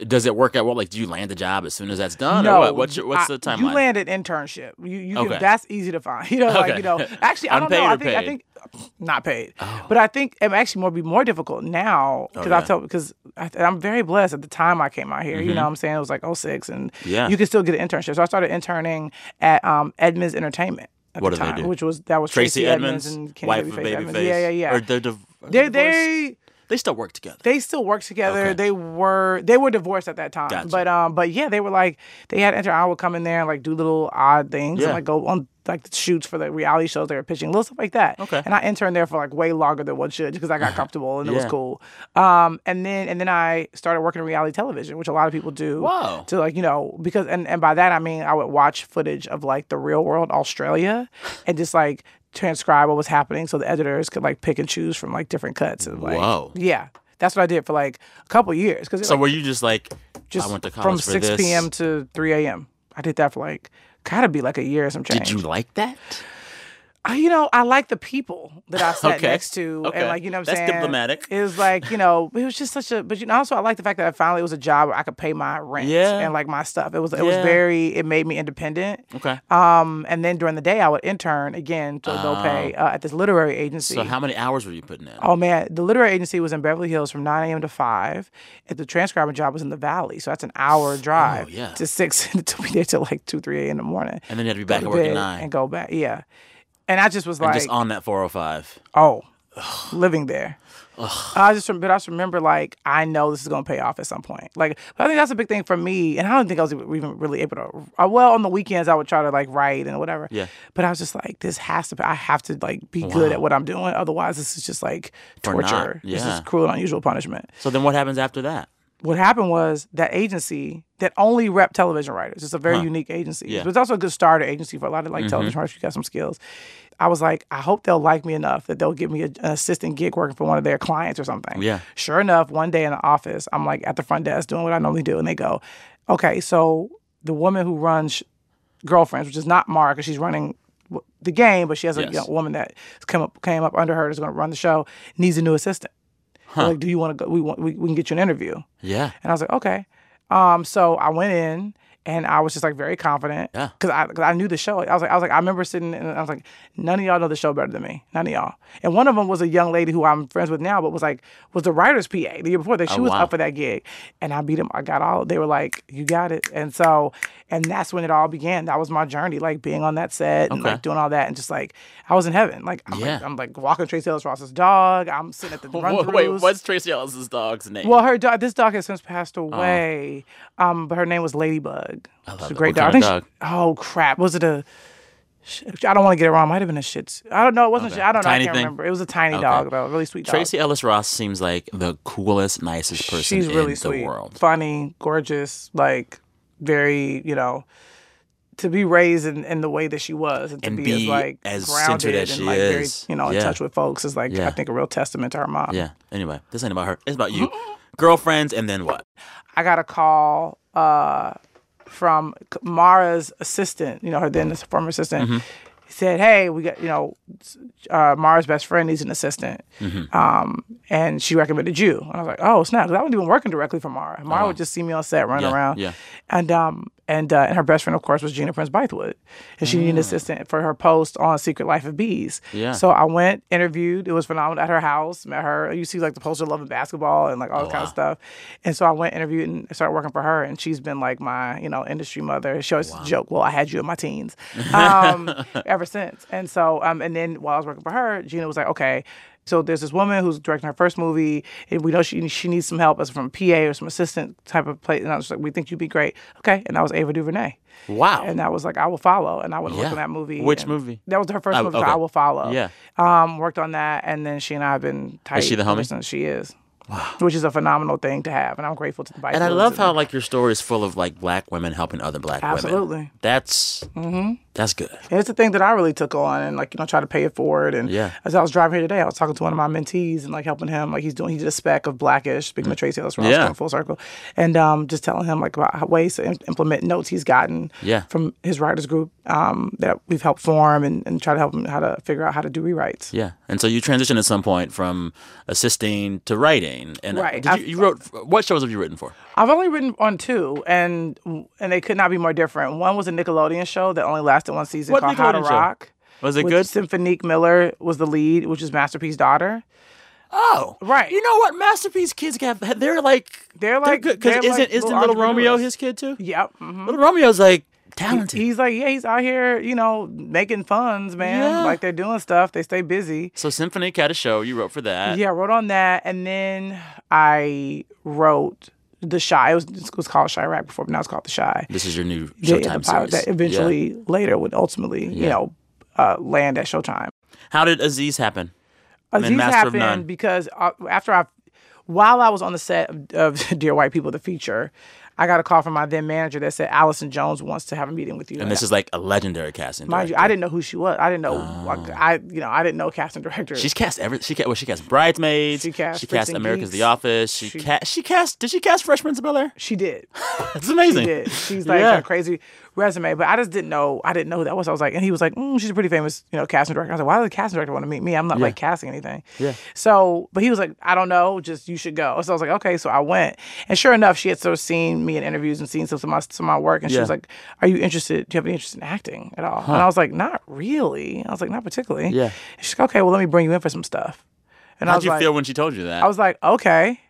A: Does it work out well? Like, do you land the job as soon as that's done, or what? What's your, what's
B: I-
A: the timeline?
B: You landed internship. You, you
A: Okay.
B: can, that's easy to find. [LAUGHS] You know,
A: Okay.
B: like you know. Actually, I don't know.
A: Unpaid
B: I
A: or
B: think I
A: paid? Oh.
B: think not paid, but I think it actually more be more difficult now because
A: yeah.
B: I tell because I'm very blessed. At the time I came out here, you know, what I'm saying it was like 06 and
A: Mm-hmm. Yeah.
B: you can still get an internship. So I started interning at um, Edmonds Entertainment. At
A: What
B: the
A: do they
B: time,
A: do?
B: Which was that was
A: Tracy,
B: Tracy,
A: Edmonds,
B: and Kenny
A: wife
B: Babyface
A: of Babyface.
B: Edmonds. Yeah, yeah, yeah.
A: Or they're div- are
B: they
A: divorced?
B: they
A: they still work together.
B: they still work together.
A: Okay.
B: They were they were divorced at that time.
A: Gotcha.
B: But um but yeah, they were like they had enter I would come in there and like do little odd things
A: Yeah.
B: and like go on like the shoots for the reality shows they were pitching, little stuff like that.
A: Okay.
B: And I interned there for like way longer than one should because
A: [LAUGHS]
B: I got comfortable and it was
A: Yeah.
B: cool. Um and then and then I started working in reality television, which a lot of people do.
A: Wow.
B: To like, you know, because and, and by that I mean I would watch footage of like the real world Australia and just like transcribe what was happening so the editors could like pick and choose from like different cuts and like
A: Whoa.
B: yeah, that's what I did for like a couple years. Because
A: So were you just like,
B: just
A: I went to college
B: from
A: for
B: six
A: this.
B: p.m. to three a.m. I did that for like gotta be like a year or some change.
A: Did you like that?
B: I, you know, I like the people
A: [LAUGHS]
B: that I sat
A: Okay.
B: next to,
A: Okay.
B: and like you know, what I'm
A: That's
B: saying
A: diplomatic.
B: It was like you know, it was just such a. But you know, also I like the fact that I finally it was a job where I could pay my rent
A: Yeah.
B: and like my stuff. It was it was
A: Yeah.
B: very. It made me independent.
A: Okay.
B: Um, and then during the day I would intern again to no pay uh, at this literary agency.
A: Ah. So how many hours were you putting in?
B: Oh man, the literary agency was in Beverly Hills from 9 a.m. to 5. And the transcribing job was in the valley. So that's an hour drive
A: oh, yeah.
B: to 6 and [LAUGHS] to be there till like 2, 3 a.m. in the morning.
A: and then you had to be
B: Go
A: back
B: to
A: at work at
B: bed
A: nine,
B: And go back. Yeah. And I just was like,
A: and just on that 405.
B: oh, living there. I just, rem- but I just remember like I know this is gonna pay off at some point. Like, but I think that's a big thing for me, and I don't think I was even really able to. uh, Well, on the weekends I would try to like write and whatever.
A: Yeah.
B: But I was just like, this has to. Pay. I have to like be good at what I'm doing, otherwise this is just like
A: For not-
B: torture. This
A: yeah.
B: is cruel and unusual punishment.
A: So then what happens after that?
B: What happened was that agency that only rep television writers. It's a very
A: Huh.
B: unique agency.
A: Yeah. Mm-hmm.
B: But it's also a good starter agency for a lot of like television writers. You got some skills. I was like, I hope they'll like me enough that they'll give me a, an assistant gig working for one of their clients or something.
A: Yeah.
B: Sure enough, one day in the office, I'm like at the front desk doing what I normally do, and they go, "Okay, so the woman who runs Girlfriends, which is not Mara, because she's running w- the game, but she has a
A: Yes.
B: young woman that came up came up under her that's going to run the show, needs a new assistant. They're Like, do you want to go? We want we, we can get you an interview."
A: Yeah.
B: And I was like, okay. Um, so I went in and I was just like very confident.
A: Yeah.
B: Cause I, cause I knew the show. I was like, I was like, I remember sitting and I was like, none of y'all know the show better than me. None of y'all. And one of them was a young lady who I'm friends with now, but was like, was the writer's PA the year before that. She was
A: Oh, wow.
B: up for that gig. And I beat them. I got all, they were like, you got it. And so, and that's when it all began. That was my journey, like being on that set and
A: Okay.
B: like doing all that. And just like, I was in heaven. Like, I'm,
A: Yeah.
B: like, I'm like walking Tracy Ellis Ross's dog. I'm sitting at
A: [LAUGHS]
B: the
A: Wha-
B: run
A: Wait, what's Tracy Ellis's dog's name?
B: well, her dog. This dog has since passed
A: Uh-huh.
B: away. Um, but her name was Ladybug. I
A: love
B: a
A: it.
B: great
A: What
B: dog.
A: kind
B: I
A: of
B: think she- oh crap! Was it a? sh- I don't want to get it wrong. It Might have been a shit. I don't know. It wasn't. a
A: Okay.
B: shit- I don't know.
A: Tiny
B: I can't
A: thing?
B: remember. It was a tiny
A: Okay.
B: dog though. A really sweet dog.
A: Tracy Ellis Ross seems like the coolest, nicest person
B: She's really
A: in
B: sweet.
A: the world.
B: Funny, gorgeous, like very. You know, to be raised in, in the way that she was, and to
A: And
B: be,
A: be
B: as like
A: as centered
B: grounded
A: as
B: and
A: she
B: like
A: is.
B: very you know in
A: Yeah.
B: touch with folks is like
A: Yeah.
B: I think a real testament to her mom.
A: Yeah. Anyway, this ain't about her. It's about
B: [LAUGHS]
A: you. Girlfriends, and then what?
B: I got a call
A: Mm-hmm.
B: uh, from Mara's assistant, you know, her then former assistant, said, "Hey, we got you know, uh, Mara's best friend needs an assistant,"
A: Mm-hmm.
B: um, and she recommended you. And I was like, "Oh snap!" Because I wasn't even working directly for Mara. Mara would just see me on set, run
A: Uh-huh. Yeah,
B: around,
A: yeah.
B: and um, and uh, and her best friend, of course, was Gina Prince Bythewood, and she needed an assistant for her post on Secret Life of Bees.
A: Mm. Yeah.
B: So I went, interviewed. It was phenomenal at her house. Met her. You see like the poster, loving basketball and like all this kind of stuff. And so I went, interviewed, and started working for her. And she's been like my you know industry mother. She always joke, "Well, I had you in my teens," um, ever since. And so um, and then while I was working for her, Gina was like, "Okay." So there's this woman who's directing her first movie, and we know she she needs some help as from PA or some assistant type of place. And I was like, we think you'd be great. Okay, and that was Ava DuVernay,
A: Wow.
B: and I was like, I will follow, and I would have
A: Yeah.
B: worked on that movie.
A: Which
B: and-
A: movie?
B: That was her first
A: Oh,
B: movie.
A: okay.
B: So I will follow.
A: Yeah.
B: um, worked on that, and then she and I have been tight.
A: she the
B: ever
A: homie?
B: since She is. Wow. Which is a phenomenal thing to have, and I'm grateful to the Bible.
A: and I love how like your story is full of like black women helping other black women.
B: Absolutely. Mm-hmm.
A: That's that's good.
B: And it's a thing that I really took on and like, you know, try to pay it forward. And
A: Yeah.
B: as I was driving here today, I was talking to one of my mentees and like helping him, like he's doing, he did a spec of blackish, speaking of Tracy Ellis Ross,
A: Mm. Yeah.
B: going full circle. And um, just telling him like about how- ways to im- implement notes he's gotten
A: Yeah.
B: from his writers group um, that we've helped form and, and try to help him how to figure out how to do rewrites.
A: Yeah. And so you transitioned at some point from assisting to writing. And uh,
B: Right.
A: Did you,
B: I've-
A: you wrote what shows have you written for?
B: I've only written on two, and and they could not be more different. One was a Nickelodeon show that only lasted one season
A: What
B: called How to
A: Nickelodeon show?
B: Rock.
A: Was it
B: with
A: good?
B: Symphonique Miller was the lead, which is Masterpiece Daughter.
A: Oh,
B: Right.
A: You know what? Masterpiece kids have they're like
B: They're like-
A: good because
B: they're
A: isn't
B: like
A: isn't
B: little
A: little Romeo
B: entrepreneurs.
A: his kid too?
B: Yep. mhm.
A: Little Romeo's like talented.
B: He's like, yeah, he's out here, you know, making funds, man.
A: Yeah.
B: Like they're doing stuff. They stay busy.
A: so Symphony had a show. You wrote for that.
B: yeah, I wrote on that, and then I wrote the shy. It was, it was called Chirac before, but now it's called the shy.
A: This is your new
B: Yeah, yeah, the
A: Showtime series.
B: pilot that
A: Yeah.
B: eventually later would ultimately, you know, uh, land at Showtime.
A: How did Aziz happen?
B: Aziz
A: then Master of
B: happened
A: None.
B: because uh, after I, while I was on the set of, of [LAUGHS] Dear White People, the feature, I got a call from my then manager that said Allison Jones wants to have a meeting with you.
A: And this is like a legendary casting.
B: mind you,
A: director. Oh.
B: I didn't know who she was. I didn't know. like, I you know I didn't know casting director.
A: She's cast every. She cast. Well, she cast Bridesmaids.
B: She cast
A: She
B: Freaks
A: cast
B: and
A: America's
B: Geeks.
A: The Office. She,
B: She-
A: cast. She cast. Did she cast Fresh Prince of Bel
B: [LAUGHS]
A: Air?
B: she did.
A: It's amazing. [LAUGHS]
B: She did. She's like
A: Yeah.
B: a crazy resume, but I just didn't know. I didn't know who that was. I was like, and he was like, mm, she's a pretty famous, you know, casting director. I was like, why does the casting director want to meet me? I'm not like casting anything. Yeah. So, but he was like, I don't know. Just you should go. So I was like, okay. So I went, and sure enough, she had sort of seen me in interviews and seen some of my some of my work, and she
A: Yeah.
B: was like, Are you interested? Do you have any interest in acting at all? And I was like, Not really. I was like, Not particularly.
A: Yeah.
B: And she's like, Okay, well, let me bring you in for some stuff. And I
A: How'd
B: was
A: you
B: like,
A: feel when she told you that?
B: I was like,
A: [LAUGHS]
B: okay.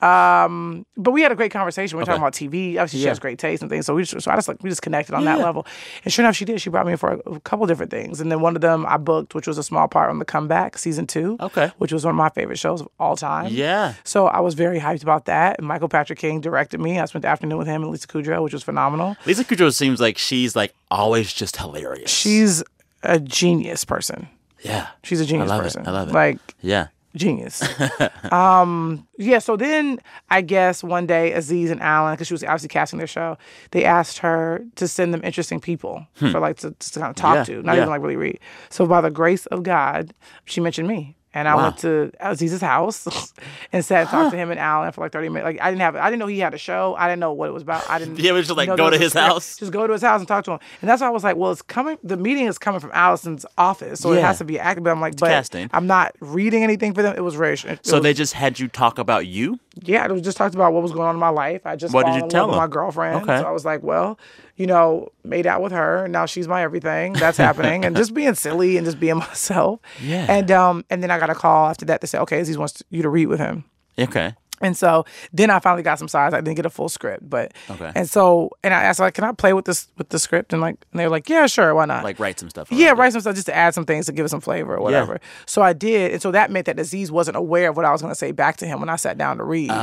B: um, but we had a great conversation. We were talking about TV. Obviously, she has great taste and things. So we just, so I just like we just connected on that level. And sure enough, she did. She brought me in for a, a couple different things. And then one of them I booked, which was a small part on the comeback season two.
A: Okay.
B: which was one of my favorite shows of all time.
A: yeah.
B: So I was very hyped about that. And Michael Patrick King directed me. I spent the afternoon with him and Lisa Kudrow, which was phenomenal.
A: Lisa Kudrow seems like she's like always just hilarious.
B: She's a genius person.
A: yeah.
B: She's a genius
A: love it.
B: person.
A: I love it.
B: Like
A: Yeah.
B: genius. [LAUGHS] um, yeah, so then I guess one day Aziz and Alan, because she was obviously casting their show, they asked her to send them interesting people for like to, to kind of talk
A: Hmm. Yeah,
B: to, not
A: yeah.
B: even like really read. So by the grace of God, she mentioned me. And I went to Aziz's house [LAUGHS] and sat and talked to him and Alan for like 30 minutes. Like I didn't have I didn't know he had a show. I didn't know what it was about. I
A: [LAUGHS]
B: didn't
A: Yeah, it was just, like,
B: know
A: go
B: there
A: to
B: was a
A: his
B: script.
A: house.
B: Just go to his house and talk to him. And that's why I was like, well, it's coming the meeting is coming from Allison's office. So
A: Yeah.
B: it has to be active. But I'm like, but
A: casting.
B: I'm not reading anything for them. It was very it
A: So
B: was-
A: they just had you talk about you.
B: yeah, it was just talked about what was going on in my life. I just
A: What did
B: fallen
A: you
B: in
A: tell
B: love with
A: them?
B: my girlfriend.
A: Okay.
B: So I was like, well, you know, made out with her. Now she's my everything. That's happening. and just being silly and just being [LAUGHS] myself.
A: Yeah.
B: And um and then I got a call after that to say, okay, Aziz wants you to read with him.
A: Okay.
B: And so then I finally got some size. I didn't get a full script, but
A: Okay.
B: and so and I asked like, can I play with this with the script? And like and they were like, yeah, sure, why not?
A: Like write some stuff.
B: Yeah,
A: around it.
B: write some stuff just to add some things to give it some flavor or whatever. So I did, and so that meant that Aziz wasn't aware of what I was going to say back to him when I sat down to read. So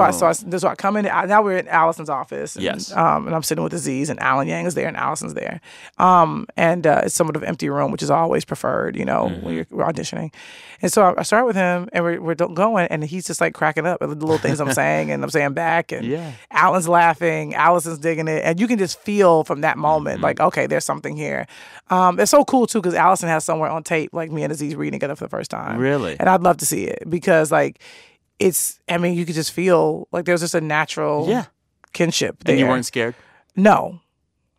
B: I so I, so I come in. I, now we're in Allison's office.
A: Oh.
B: And,
A: Yes.
B: Um, and I'm sitting with Aziz, and Alan Yang is there, and Allison's there. Um, and uh, it's somewhat of empty room, which is always preferred, you know,
A: Mm-hmm.
B: when you're we're auditioning. And so I, I start with him, and we're, we're going, and he's just like cracking up at the little
A: [LAUGHS]
B: things I'm saying, and I'm saying back, and
A: Yeah.
B: Alan's laughing, Allison's digging it, and you can just feel from that moment,
A: Mm-hmm.
B: like, okay, there's something here. Um, it's so cool too, because Allison has somewhere on tape, like me and Aziz reading together for the first time.
A: Really?
B: And I'd love to see it because, like, it's. I mean, you could just feel like there's just a natural
A: Yeah.
B: kinship there.
A: And you weren't scared.
B: no.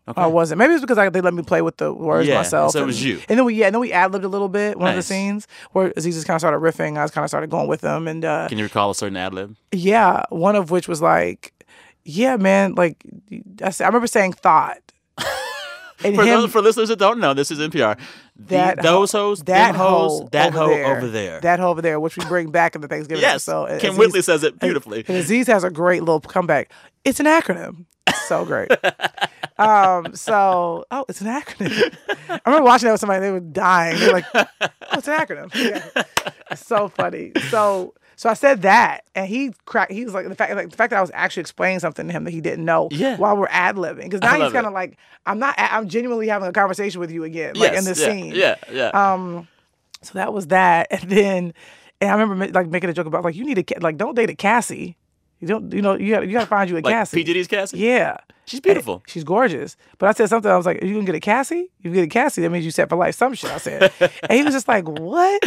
A: Okay.
B: I wasn't. Maybe it's because I, they let me play with the words
A: Yeah,
B: myself.
A: so it was
B: and-
A: you.
B: And then we yeah, and then we ad libbed a little bit one of the
A: Nice.
B: scenes where Aziz just kind of started riffing. I was kind of started going with them, and uh,
A: Can you recall a certain ad lib?
B: yeah, one of which was like, yeah, man, like I, said, I remember
A: [LAUGHS]
B: saying thought. And
A: For,
B: him-
A: those, for listeners that don't know, this is NPR. The-
B: that ho-
A: those hoes, them hoes,
B: hoe
A: that hoe over there.
B: that hoe over there, which we bring back in the Thanksgiving
A: yes,
B: episode. And
A: Kim
B: Aziz-
A: Whitley says it beautifully.
B: And Aziz has a great little comeback. It's an acronym. So
A: [LAUGHS]
B: great. um, so oh, it's an acronym. I remember watching that with somebody, they were dying. They're like, oh, it's an acronym. Yeah. It's so funny. So so I said that and he cracked he was like the fact like the fact that I was actually explaining something to him that he didn't know
A: Yeah.
B: while we're ad libbing. Because
A: I
B: now he's
A: love it.
B: kinda like, I'm not a- I'm genuinely having a conversation with you again, like
A: yes,
B: in this
A: yeah,
B: scene.
A: Yeah, yeah.
B: Um, so that was that, [LAUGHS] and then, and I remember ma- like making a joke about like you need a ca- like don't date a Cassie, you don't you know you got to you got to find you a
A: like
B: Cassie.
A: P Diddy's Cassie.
B: Yeah,
A: she's beautiful.
B: she's gorgeous. But I said something. I was like, "Are you gonna get a Cassie? You get a Cassie, that means you set for life." Some shit I said, and he was just like, "What?"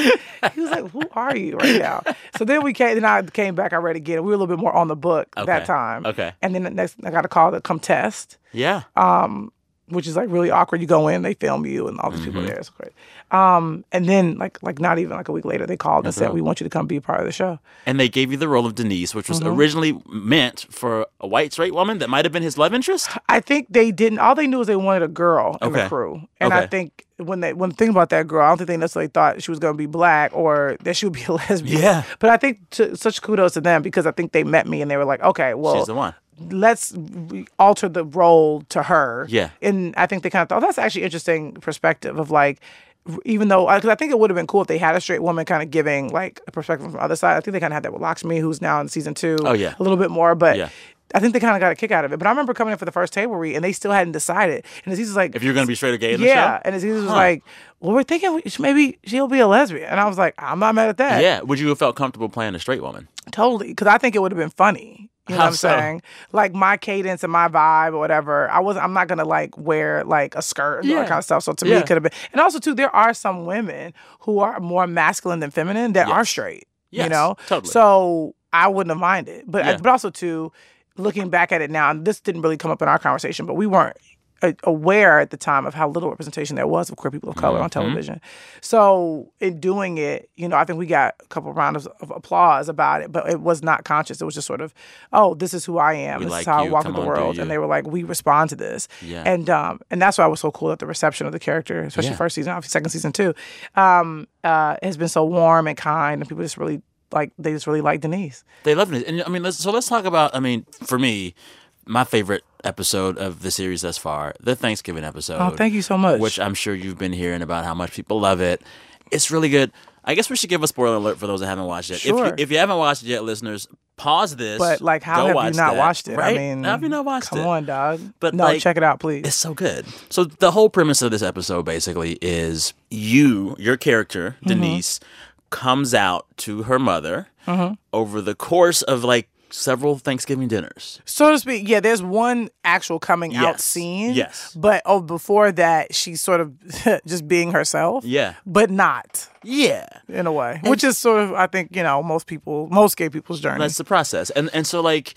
B: He was like, "Who are you right now?" So then we came. Then I came back. I read again. We were a little bit more on the book
A: Okay,
B: that time.
A: okay.
B: And then the next, I got a call to come test
A: yeah,
B: um, which is like really awkward. You go in, they film you, and all these
A: Mm-hmm.
B: people are there. It's great. Um, and then like like not even like a week later, they called and said, "We want you to come be a part of the show."
A: and they gave you the role of Denise, which was
B: Mm-hmm.
A: originally meant for a white straight woman that might have been his love interest.
B: I think they didn't. All they knew is they wanted a girl in
A: Okay.
B: the crew, and I
A: Okay.
B: think when they when the thing about that girl, I don't think they necessarily thought she was going to be black or that she would be [LAUGHS] a lesbian.
A: Yeah.
B: But I think to, such kudos to them because I think they met me and they were like, "Okay, well,
A: she's the one.
B: let's re- alter the role to her.
A: Yeah.
B: And I think they kind of thought, oh, that's actually interesting perspective of like, r- even though, because I think it would have been cool if they had a straight woman kind of giving like a perspective from the other side. I think they kind of had that with Lakshmi, who's now in season two.
A: Oh, yeah.
B: A little bit more, but.
A: Yeah.
B: I think they kind of got a kick out of it, but I remember coming in for the first table read and they still hadn't decided. And Aziz was like,
A: If you're going to be straight or gay in the
B: yeah."
A: show,
B: And Aziz was
A: Huh.
B: like, "Well, we're thinking we- maybe she'll be a lesbian," and I was like, "I'm not mad at that."
A: yeah, would you have felt comfortable playing a straight woman?
B: Totally, because I think it would have been funny. You know
A: How
B: what I'm
A: so?
B: saying? Like my cadence and my vibe or whatever. I was I'm not gonna like wear like a skirt and all
A: Yeah.
B: that kind of stuff. So to me
A: Yeah.
B: it could have been and also too, there are some women who are more masculine than feminine that are
A: Yes.
B: straight.
A: Yes,
B: you know?
A: totally.
B: So I wouldn't have minded. But uh,
A: Yeah.
B: but also too, looking back at it now, and this didn't really come up in our conversation, but we weren't a- aware at the time of how little representation there was of queer people of color
A: Mm-hmm.
B: on television. So in doing it, you know, I think we got a couple rounds of applause about it, but it was not conscious. It was just sort of, oh, this is who I am.
A: We
B: this
A: like
B: is how
A: you.
B: I walk
A: Come
B: through the
A: on, do
B: world.
A: you.
B: And they were like, we respond to this.
A: Yeah.
B: And um and that's why I was so cool that the reception of the character, especially
A: Yeah.
B: first season, obviously second season too, um, uh, has been so warm and kind and people just really like they just really like Denise.
A: They love it. And I mean, let's, so let's talk about. I mean, for me, my favorite episode of the series thus far, the Thanksgiving episode.
B: Oh, thank you so much.
A: Which I'm sure you've been hearing about how much people love it. It's really good. I guess we should give a spoiler alert for those that haven't watched it. If,
B: Sure.
A: you, if you haven't watched it yet, listeners, pause this.
B: but like
A: go
B: how have
A: watch
B: you not
A: that,
B: watched it?
A: right?
B: I mean
A: how have you not watched
B: come
A: it?
B: Come on, dog.
A: But,
B: no,
A: like,
B: check it out, please.
A: It's so good. So the whole premise of this episode basically is you, your character,
B: Mm-hmm.
A: Denise, comes out to her mother
B: Mm-hmm.
A: over the course of like several Thanksgiving dinners.
B: so to speak. Yeah, there's one actual coming out
A: Yes.
B: scene.
A: Yes.
B: but oh, before that, she's sort of [LAUGHS] just being herself.
A: Yeah.
B: but not
A: Yeah.
B: in a way, which is sort of I think you know most people, most gay people's journey.
A: That's the process. And and so like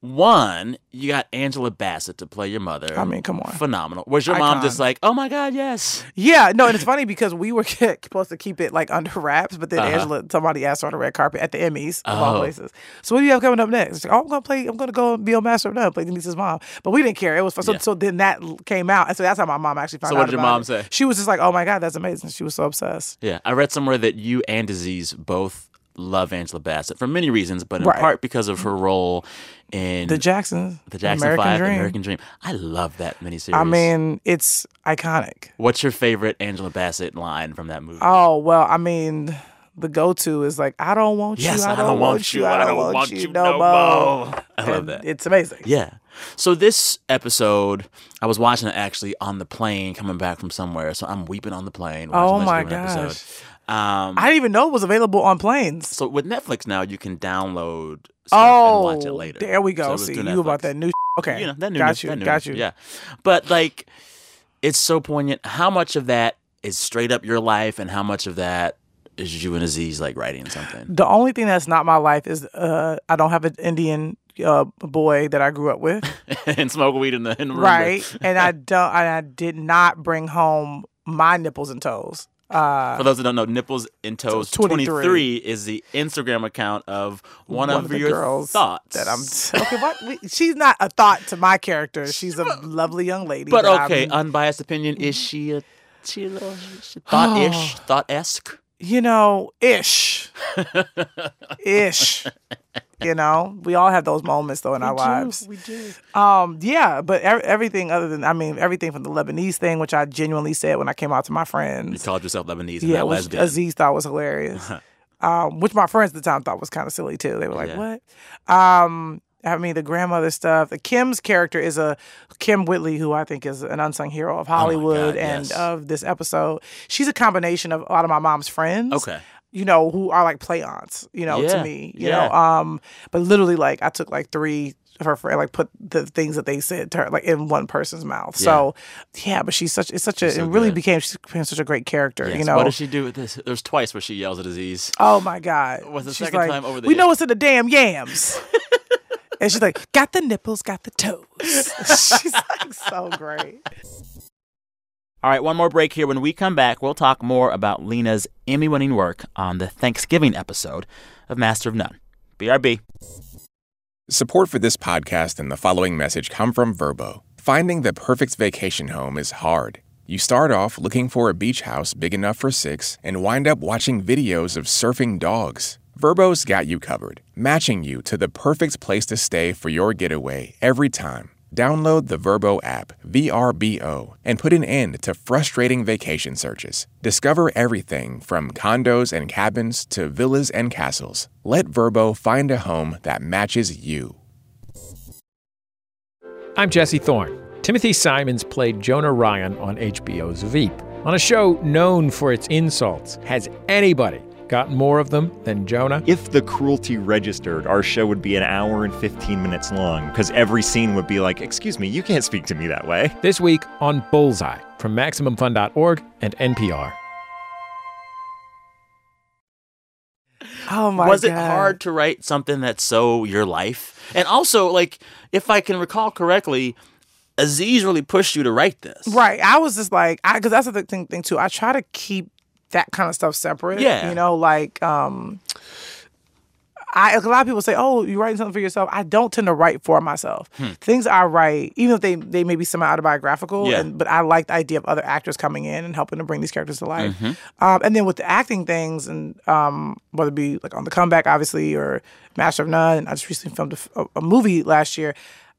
A: one, you got Angela Bassett to play your mother.
B: I mean, come on.
A: Phenomenal. Was your mom
B: Icon.
A: just like, "Oh my god, yes."
B: Yeah, no, and it's funny because we were [LAUGHS] supposed to keep it like under wraps, but then
A: Uh-huh.
B: Angela, somebody asked her on the red carpet at the Emmys of
A: Oh.
B: all places. So what do you have coming up next? She's like, oh, I'm gonna play. I'm gonna go and be on Master of None, play Denise's mom. But we didn't care. It was fun. So,
A: Yeah.
B: so then that l- came out, and so that's how my mom actually found
A: So
B: out.
A: what did your
B: about
A: mom
B: it.
A: say?
B: She was just like, oh my god, that's amazing. She was so obsessed.
A: Yeah, I read somewhere that you and Disease both love Angela Bassett for many reasons, but in
B: Right.
A: part because of her role in
B: The Jacksons,
A: The Jackson
B: American
A: Five,
B: Dream.
A: American Dream. I love that miniseries.
B: I mean, it's iconic.
A: what's your favorite Angela Bassett line from that movie?
B: Oh well, I mean, the go-to is like, I don't want
A: yes,
B: you. I, don't want you. I don't want you no more.
A: [LAUGHS] I love
B: And
A: that.
B: It's amazing.
A: Yeah. So this episode, I was watching it actually on the plane coming back from somewhere. So I'm weeping on the plane. watching
B: Oh,
A: this
B: my
A: Raven
B: gosh.
A: Episode. Um,
B: I didn't even know it was available on planes.
A: so with Netflix now, you can download stuff
B: oh,
A: and watch it later.
B: There we
A: So it
B: go.
A: was
B: See,
A: through
B: you about
A: Netflix.
B: that new. Okay,
A: You know that new
B: got you,
A: that new
B: got you.
A: Yeah. But like, it's so poignant. How much of that is straight up your life, and how much of that is you and Aziz like writing something?
B: The only thing that's not my life is uh, I don't have an Indian uh, boy that I grew
A: [LAUGHS]
B: up with,
A: and smoke weed in the in the room. [LAUGHS]
B: right? and I don't. And I did not bring home my nipples and toes. Uh,
A: For those that don't know, nipples and toes
B: So
A: 23.
B: 23.
A: is the Instagram account of one,
B: one
A: of,
B: of the
A: your
B: girls
A: thoughts [LAUGHS]
B: that I'm okay. What? We, she's not a thought to my character. She's a lovely young lady.
A: But
B: that
A: okay,
B: I'm- Mm.
A: unbiased opinion is she a she a little
B: [SIGHS]
A: thought ish, thought esque?
B: you know, ish, ish. You know, we all have those moments though in our lives. We do. Um, yeah, but ev- everything other than I mean, everything from the Lebanese thing, which I genuinely said when I came out to my
A: You
B: friends.
A: called yourself Lebanese and
B: yeah,
A: not
B: which
A: lesbian.
B: Aziz thought
A: [LAUGHS]
B: was hilarious. um, which my friends at the time thought was kind of silly too. They were like,
A: Yeah.
B: "What?" Um, I mean, the grandmother stuff. The Kim's character is a Kim Whitley, who I think is an unsung hero of Hollywood
A: Oh God,
B: and
A: yes.
B: of this episode. She's a combination of a lot of my mom's friends
A: okay,
B: you know, who are like play aunts, you know,
A: Yeah,
B: to me, you
A: yeah.
B: know. Um, but literally, like, I took like three of her friend, like, put the things that they said to her, like, in one person's mouth. So, yeah, but she's such, it's such a,
A: so
B: it really
A: good.
B: became, she's became such a great character,
A: yes.
B: you know.
A: what does she do with this? There's twice where she yells at Aziz.
B: oh my God.
A: Was the
B: She's
A: second
B: like,
A: time over the
B: We
A: yam-
B: know it's in the
A: [LAUGHS]
B: damn yams. and she's like, got the nipples, got the toes. [LAUGHS] she's like, so great.
A: All right, one more break here. When we come back, we'll talk more about Lena's Emmy winning work on the Thanksgiving episode of Master of None. BRB.
C: Support for this podcast and the following message come from Verbo. Finding the perfect vacation home is hard. You start off looking for a beach house big enough for six and wind up watching videos of surfing dogs. Verbo's got you covered, matching you to the perfect place to stay for your getaway every time. Download the Verbo app, V R B O, and put an end to frustrating vacation searches. Discover everything from condos and cabins to villas and castles. Let Verbo find a home that matches you.
G: I'm Jesse Thorne. Timothy Simons played Jonah Ryan on HBO's Veep. On a show known for its insults, has anybody gotten more of them than Jonah?
H: If the cruelty registered, our show would be an hour and 15 minutes long because every scene would be like, Excuse me, you can't speak to me that way.
G: This week on Bullseye from MaximumFun.org and NPR.
B: Oh my
A: was
B: God.
A: it hard to write something that's so your life? And also, like, if I can recall correctly, Aziz really pushed you to write this.
B: Right. I was just like, I because that's the thing, thing too. I try to keep that kind of stuff separate.
A: Yeah.
B: You know, like um, I a lot of people say, "Oh, you writing something for yourself." I don't tend to write for myself.
A: Hmm.
B: Things I write, even if they they may be semi autobiographical,
A: Yeah.
B: and, but I like the idea of other actors coming in and helping to bring these characters to life. Um, and then with the acting things, and um, whether it be like on the comeback, obviously, or Master of None, and I just recently filmed a f- a, a movie last year.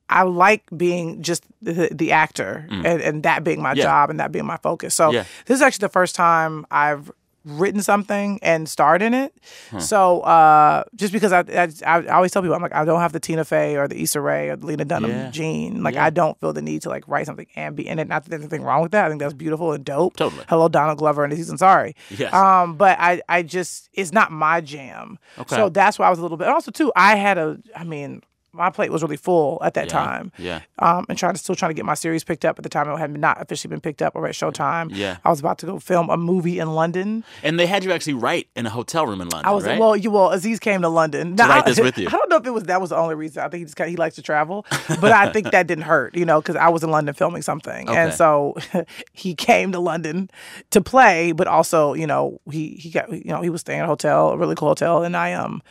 B: I like being just the, the actor and, and that being my
A: Yeah.
B: job and that being my focus. So
A: Yeah.
B: this is actually the first time I've written something and starred in it. So uh, just because I, I I always tell people I'm like I don't have the Tina Fey or the Issa Rae or the Lena Dunham
A: Yeah.
B: gene. Like
A: Yeah.
B: I don't feel the need to like write something and be in it. Not that there's anything wrong with that. I think that's beautiful and dope.
A: Totally.
B: Hello Donald Glover and Aziz Ansari.
A: Yes.
B: Um, but I I just it's not my jam.
A: Okay.
B: So that's why I was a little bit. And also too, I had a I mean. My plate was really full at that
A: Yeah,
B: time,
A: yeah.
B: Um, and trying to still trying to get my series picked up at the time. It had not officially been picked up over at Showtime.
A: Yeah.
B: I was about to go film a movie in London.
A: And they had you actually write in a hotel room in London.
B: I was
A: right?
B: well, you well, Aziz came to London. Now,
A: write
B: I-
A: this with you.
B: [LAUGHS] I don't know if it was that was the only reason. I think he just kind of, he likes to travel, but I think that didn't hurt, you know, because I was in London filming something,
A: Okay.
B: and so [LAUGHS] he came to London to play, but also, you know, he he got you know he was staying at a hotel, a really cool hotel, and I um.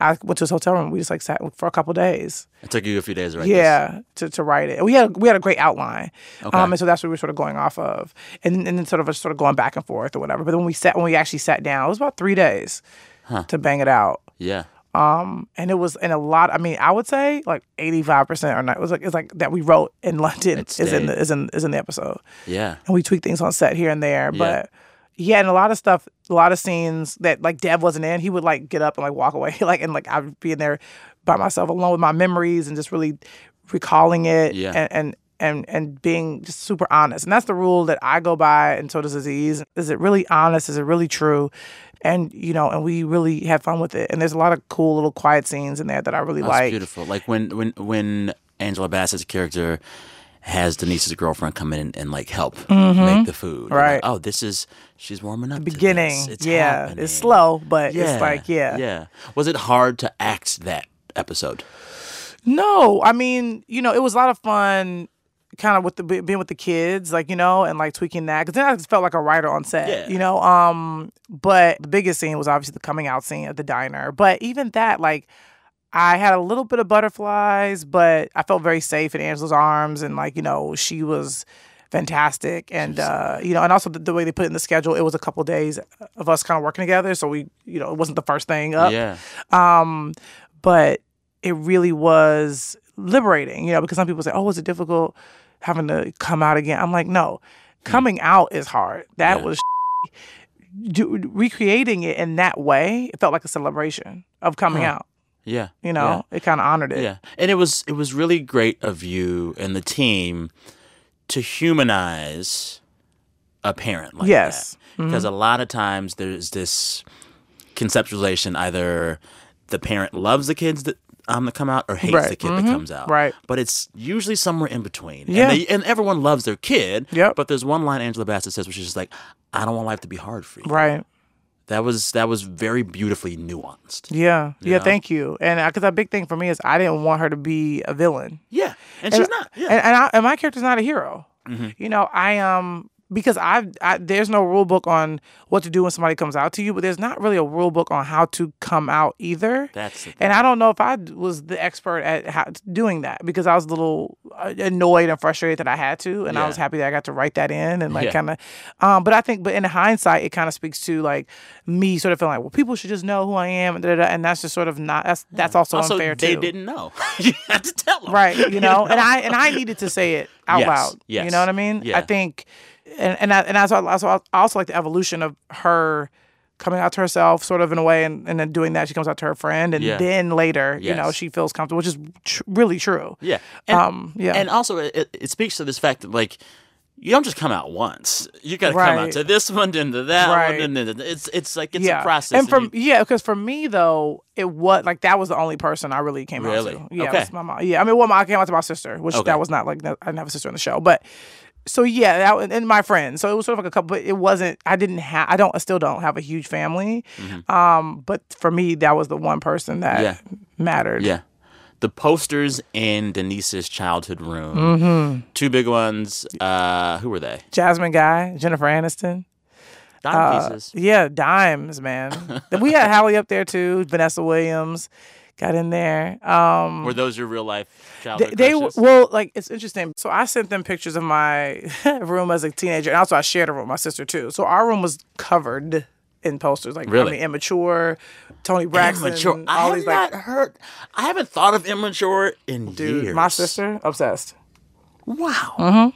B: I went to his hotel room. We just like sat for a couple days.
A: it took you a few days to write this.
B: yeah, to, to write it. We had we had a great outline,
A: Okay.
B: um, and so that's what we were sort of going off of, and and then sort of us sort of going back and forth or whatever. But then when we sat when we actually sat down, it was about three days to bang it out.
A: Yeah.
B: Um, and it was in a lot. I mean, I would say like eighty five percent or not. It was like it's like that we wrote in London
A: It
B: is in
A: stayed.
B: the is in is in the episode,
A: Yeah.
B: and we tweak things on set here and there.
A: Yeah.
B: But yeah, and a lot of stuff, a lot of scenes that like Dev wasn't in. He would like get up and like walk away, [LAUGHS] like and like I'd be in there by myself alone with my memories and just really recalling it.
A: Yeah.
B: and. and and, and being just super honest. And that's the rule that I go by, and so does Aziz. Is it really honest? Is it really true? And, you know, and we really had fun with it. And there's a lot of cool little quiet scenes in there that I really
A: That's
B: like.
A: beautiful. Like when when when Angela Bassett's character has Denise's girlfriend come in and like help make the food. You're like,
B: Mm-hmm. Right.
A: oh, this is she's warming up. to this.
B: Beginning.
A: It's
B: yeah.
A: happening.
B: It's slow, but it's like, yeah.
A: Yeah. Was it hard to act that episode?
B: No, I mean, you know, it was a lot of fun, kind of with the be- being with the kids, like you know, and like tweaking that. Because then I just felt like a writer on set,
A: Yeah.
B: you know. Um, but the biggest scene was obviously the coming out scene at the diner. But even that, like, I had a little bit of butterflies, but I felt very safe in Angela's arms, and like you know, she was fantastic and uh you know and also the, the way they put it in the schedule it was a couple days of us kind of working together so we you know it wasn't the first thing up
A: Yeah.
B: um, but it really was liberating, you know, because some people say, "Oh, was it difficult having to come out again?" I'm like, "No, coming out is hard. That
A: Mm. Yeah.
B: was Do, recreating it in that way. It felt like a celebration of coming
A: Huh.
B: out.
A: Yeah.
B: You know, it kind of honored it.
A: Yeah. And it was it was really great of you and the team to humanize a parent like
B: Yes. Mm-hmm.
A: that. Because a lot of times there's this conceptualization either the parent loves the kids that um that come out or hates
B: Right. Mm-hmm.
A: the kid that comes out.
B: Right.
A: But it's usually somewhere in between.
B: Yeah.
A: And they, and everyone loves their kid.
B: Yep.
A: But there's one line Angela Bassett says where she's just like, I don't want life to be hard for you.
B: Right.
A: That was that was very beautifully nuanced.
B: Yeah.
A: You
B: yeah.
A: know?
B: Thank you. And because a big thing for me is I didn't want her to be a villain.
A: Yeah. And, she's not. Yeah. Mm-hmm.
B: and and, I, and my character's not a hero. You know, I um because I, I there's no rule book on what to do when somebody comes out to you, but there's not really a rule book on how to come out either.
A: That's the thing.
B: and I don't know if I d- was the expert at how, doing that because I was a little uh, annoyed and frustrated that I had to, and I was
A: Yeah.
B: happy that I got to write that in and like
A: Yeah.
B: kind of. Um, but I think, but in hindsight, it kind of speaks to like me sort of feeling like, well, people should just know who I am, and, da, da, da, and that's just sort of not that's that's also,
A: also,
B: unfair
A: they
B: too
A: didn't know. [LAUGHS] you had to tell them, [LAUGHS]
B: right you know and i and i needed to say it out
A: Yes,
B: loud you
A: yes,
B: know what i mean
A: yeah.
B: i think and and i and I also, I also I also like the evolution of her coming out to herself sort of in a way and, and then doing that she comes out to her friend and
A: Yeah.
B: then later you know
A: Yes.
B: she feels comfortable which is tr- really true
A: Yeah, and,
B: um yeah
A: Mm-hmm. and also it, it- it speaks to this fact that like you don't just come out once. You got to come out
B: Right.
A: to this one, then to that
B: Right.
A: one, and then it's it's like it's
B: yeah,
A: a process.
B: and from
A: you-
B: yeah, because for me though, it was like that was the only person I really came
A: Really?
B: out to. Yeah, it
A: Okay.
B: was my mom. Yeah, I mean, well, I came out to my sister, which
A: Okay.
B: that was not like I didn't have a sister on the show, but so yeah, that, was- and my friends. So it was sort of like a couple. But it wasn't. I didn't have. I don't. I still don't have a huge family. Um, but for me, that was the one person that
A: Mm-hmm. Yeah.
B: mattered.
A: yeah, the posters in Denise's childhood room,
B: Mm-hmm.
A: two big ones. Uh, who were they?
B: Jasmine Guy, Jennifer Aniston.
A: Dime
B: Uh,
A: pieces.
B: yeah,
A: [LAUGHS]
B: dimes, man. we had Hallie up there too. Vanessa Williams got in there. Um,
A: Were those your real life
B: they,
A: childhood
B: they
A: crushes?
B: well like it's interesting so i sent them pictures of my [LAUGHS] room as a teenager and also i shared a room with my sister too so our room was covered in posters like
A: Really?
B: I mean, immature tony braxton
A: immature. I
B: all
A: have
B: these
A: not
B: like
A: heard. I haven't thought of immature in
B: dude
A: years.
B: my sister obsessed
A: Wow.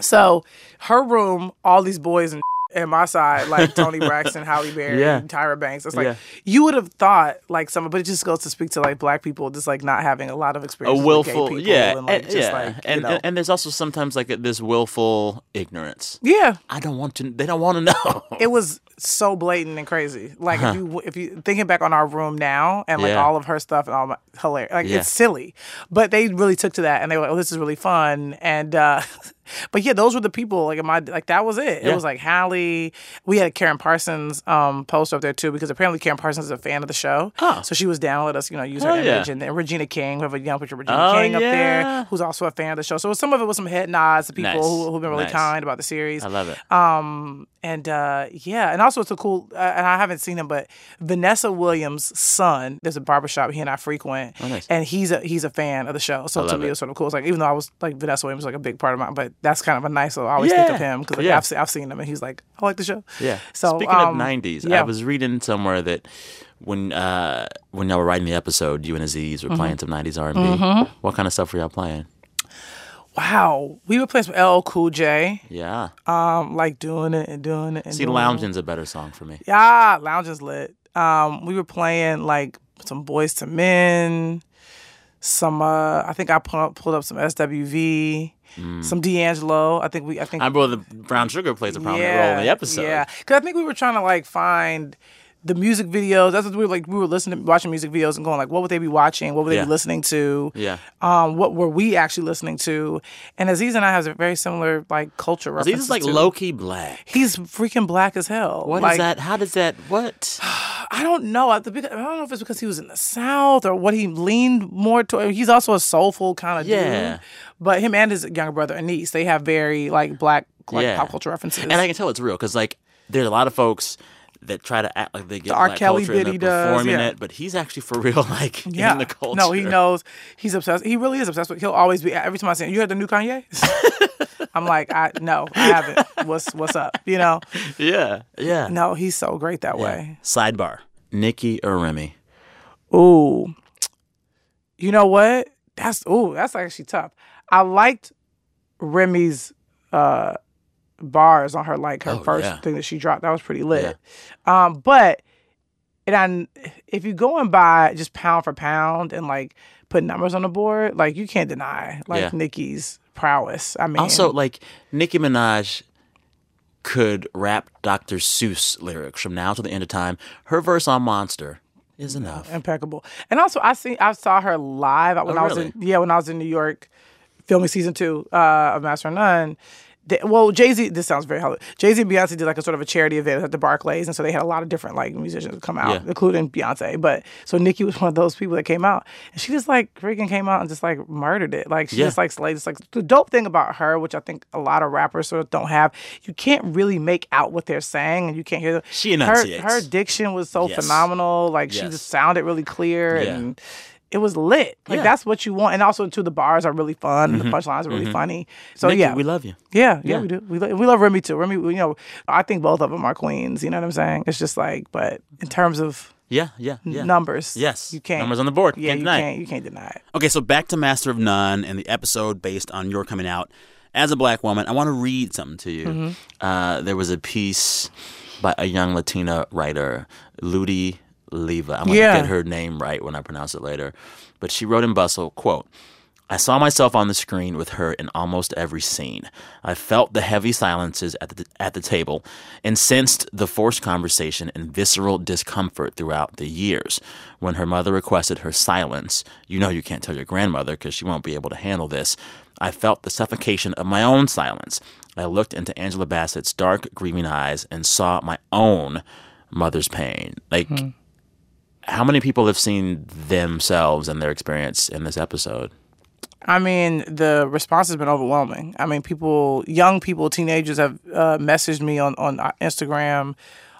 B: so her room all these boys and [LAUGHS] and my side
A: [LAUGHS]
B: like tony braxton halle berry
A: Yeah.
B: tyra banks it's like
A: Yeah.
B: you would have thought like some but it just goes to speak to like black people just like not having a lot of
A: a
B: experience
A: willful,
B: with gay people
A: yeah,
B: and like
A: and,
B: just
A: yeah.
B: like you
A: and,
B: know.
A: and and there's also sometimes like this willful ignorance.
B: yeah
A: I don't want to. They don't want to [LAUGHS] know.
B: it was so blatant and crazy. Like if you if you thinking back on our room now and like
A: Yeah.
B: all of her stuff and all my hilarious. Like
A: Yeah.
B: it's silly, but they really took to that and they were like, "Oh, this is really fun." And uh [LAUGHS] but yeah, those were the people. Like in my like that was it.
A: Yeah.
B: It was like Hallie. We had Karen Parsons um post up there too because apparently Karen Parsons is a fan of the show.
A: Huh.
B: So she was down with us, you know, use her
A: Hell yeah.
B: image and then Regina King. We have a young picture of Regina
A: Oh,
B: King up
A: yeah.
B: there who's also a fan of the show. So some of it was some head nods to people
A: Nice.
B: who, who've been really
A: Nice.
B: kind about the series
A: I love it.
B: um and uh yeah and also it's a cool uh, and i haven't seen him but vanessa williams son there's a barbershop he and i frequent
A: Oh, nice.
B: and he's a he's a fan of the show so to
A: love
B: me
A: it.
B: it was sort of cool it's like even though i was like vanessa williams was like a big part of mine but that's kind of a nice so i always think
A: Yeah.
B: of him because
A: Yeah.
B: I've, se- I've seen him and he's like i like the show
A: yeah.
B: so
A: Speaking
B: um,
A: of '90s, I
B: yeah.
A: was reading somewhere that when uh when y'all were writing the episode, you and Aziz were playing some '90s R&B. What kind of stuff were y'all playing?
B: wow we were playing some l cool j
A: Yeah.
B: um like doing it and doing it and
A: See,
B: doing it.
A: Lounging's a better song for me.
B: Yeah, lounge is lit. Um, we were playing like some Boys to Men, some uh, I think I pull, pulled up some SWV,
A: Mm.
B: some D'Angelo. I think we I think
A: I believe the Brown Sugar plays a prominent role in the episode.
B: Yeah, because I think we were trying to like find the music videos. That's what we were like. We were listening, watching music videos, and going like, what would they be watching? What would they
A: Yeah.
B: be listening to?
A: Yeah.
B: Um, what were we actually listening to? And Aziz and I have a very similar like culture references.
A: Aziz is like
B: too.
A: low key black.
B: He's freaking black as hell.
A: What is
B: like,
A: that? How does that? What?
B: I don't know. I, the big, I don't know if it's because he was in the South or what he leaned more toward. He's also a soulful kind of
A: Yeah.
B: dude. But him and his younger brother and niece, they have very like black like
A: Yeah.
B: pop culture references.
A: And I can tell it's real because like there's a lot of folks that try to act like they get
B: The R.
A: black
B: Kelly
A: culture and
B: bit he
A: they're
B: does,
A: performing
B: yeah.
A: it, but he's actually for real [LAUGHS] like
B: yeah.
A: in the culture.
B: No, he knows. He's obsessed. He really is obsessed with. He'll always be. Every time I see him, you heard the
A: [LAUGHS]
B: new Kanye. I'm like, I no, I haven't. What's what's up? You know?
A: [LAUGHS] Yeah, yeah.
B: No, he's so great that way.
A: Sidebar: Nikki or Remy?
B: Ooh. You know what? That's ooh, that's actually tough. I liked Remy's uh bars on her like her
A: Oh,
B: first
A: yeah.
B: thing that she dropped. That was pretty lit. Um but and I if you go and buy just pound for pound and like put numbers on the board, like you can't deny like
A: Yeah.
B: Nikki's prowess. I mean
A: Also, like Nicki Minaj could rap Dr. Seuss lyrics from now to the end of time. Her verse on Monster is enough.
B: impeccable. And also, I seen I saw her live when
A: Oh,
B: I was in yeah when I was in New York, filming season two uh, of Master and None. They- well, Jay Z. This sounds very hollow. Jay Z and Beyonce did like a sort of a charity event at the Barclays, and so they had a lot of different like musicians come out,
A: Yeah.
B: including Beyonce. But so Nicki was [LAUGHS] one of those people that came out, and she just like freaking came out and just like murdered it. Like she
A: Yeah.
B: just like slayed. It's like the dope thing about her, which I think a lot of rappers sort of don't have. You can't really make out what they're saying, and you can't hear. Them.
A: She
B: her,
A: enunciates.
B: her diction was so
A: Yes.
B: phenomenal. Like she
A: Yes.
B: just sounded really clear
A: Yeah.
B: and it was lit. Like
A: Yeah.
B: that's what you want. And also too, the bars are really fun. and The punchlines are really funny. So
A: Nicki,
B: yeah,
A: Mm-hmm. we love you.
B: yeah, yeah,
A: yeah.
B: we do. We, lo- we love Remy too. Remy, you know, I think both of them are queens. You know what I'm saying? It's just like, but in terms of
A: Yeah, yeah, yeah.
B: numbers,
A: Yes.
B: you can't
A: Numbers on the board.
B: Yeah,
A: Can't
B: you
A: deny it.
B: can't. You can't deny it.
A: Okay, so back to Master of None and the episode based on your coming out. As a black woman, I want to read something to you. Uh, there was a piece by a young Latina writer, Ludi Leva. I'm going to
B: Yeah.
A: get her name right when I pronounce it later. But she wrote in Bustle, quote, I saw myself on the screen with her in almost every scene. I felt the heavy silences at the, at the table and sensed the forced conversation and visceral discomfort throughout the years. When her mother requested her silence, you know you can't tell your grandmother because she won't be able to handle this. I felt the suffocation of my own silence. I looked into Angela Bassett's dark, grieving eyes and saw my own mother's pain. Like, how many people have seen themselves and their experience in this episode?
B: I mean, the response has been overwhelming. I mean, people, young people, teenagers have uh, messaged me on on uh, Instagram.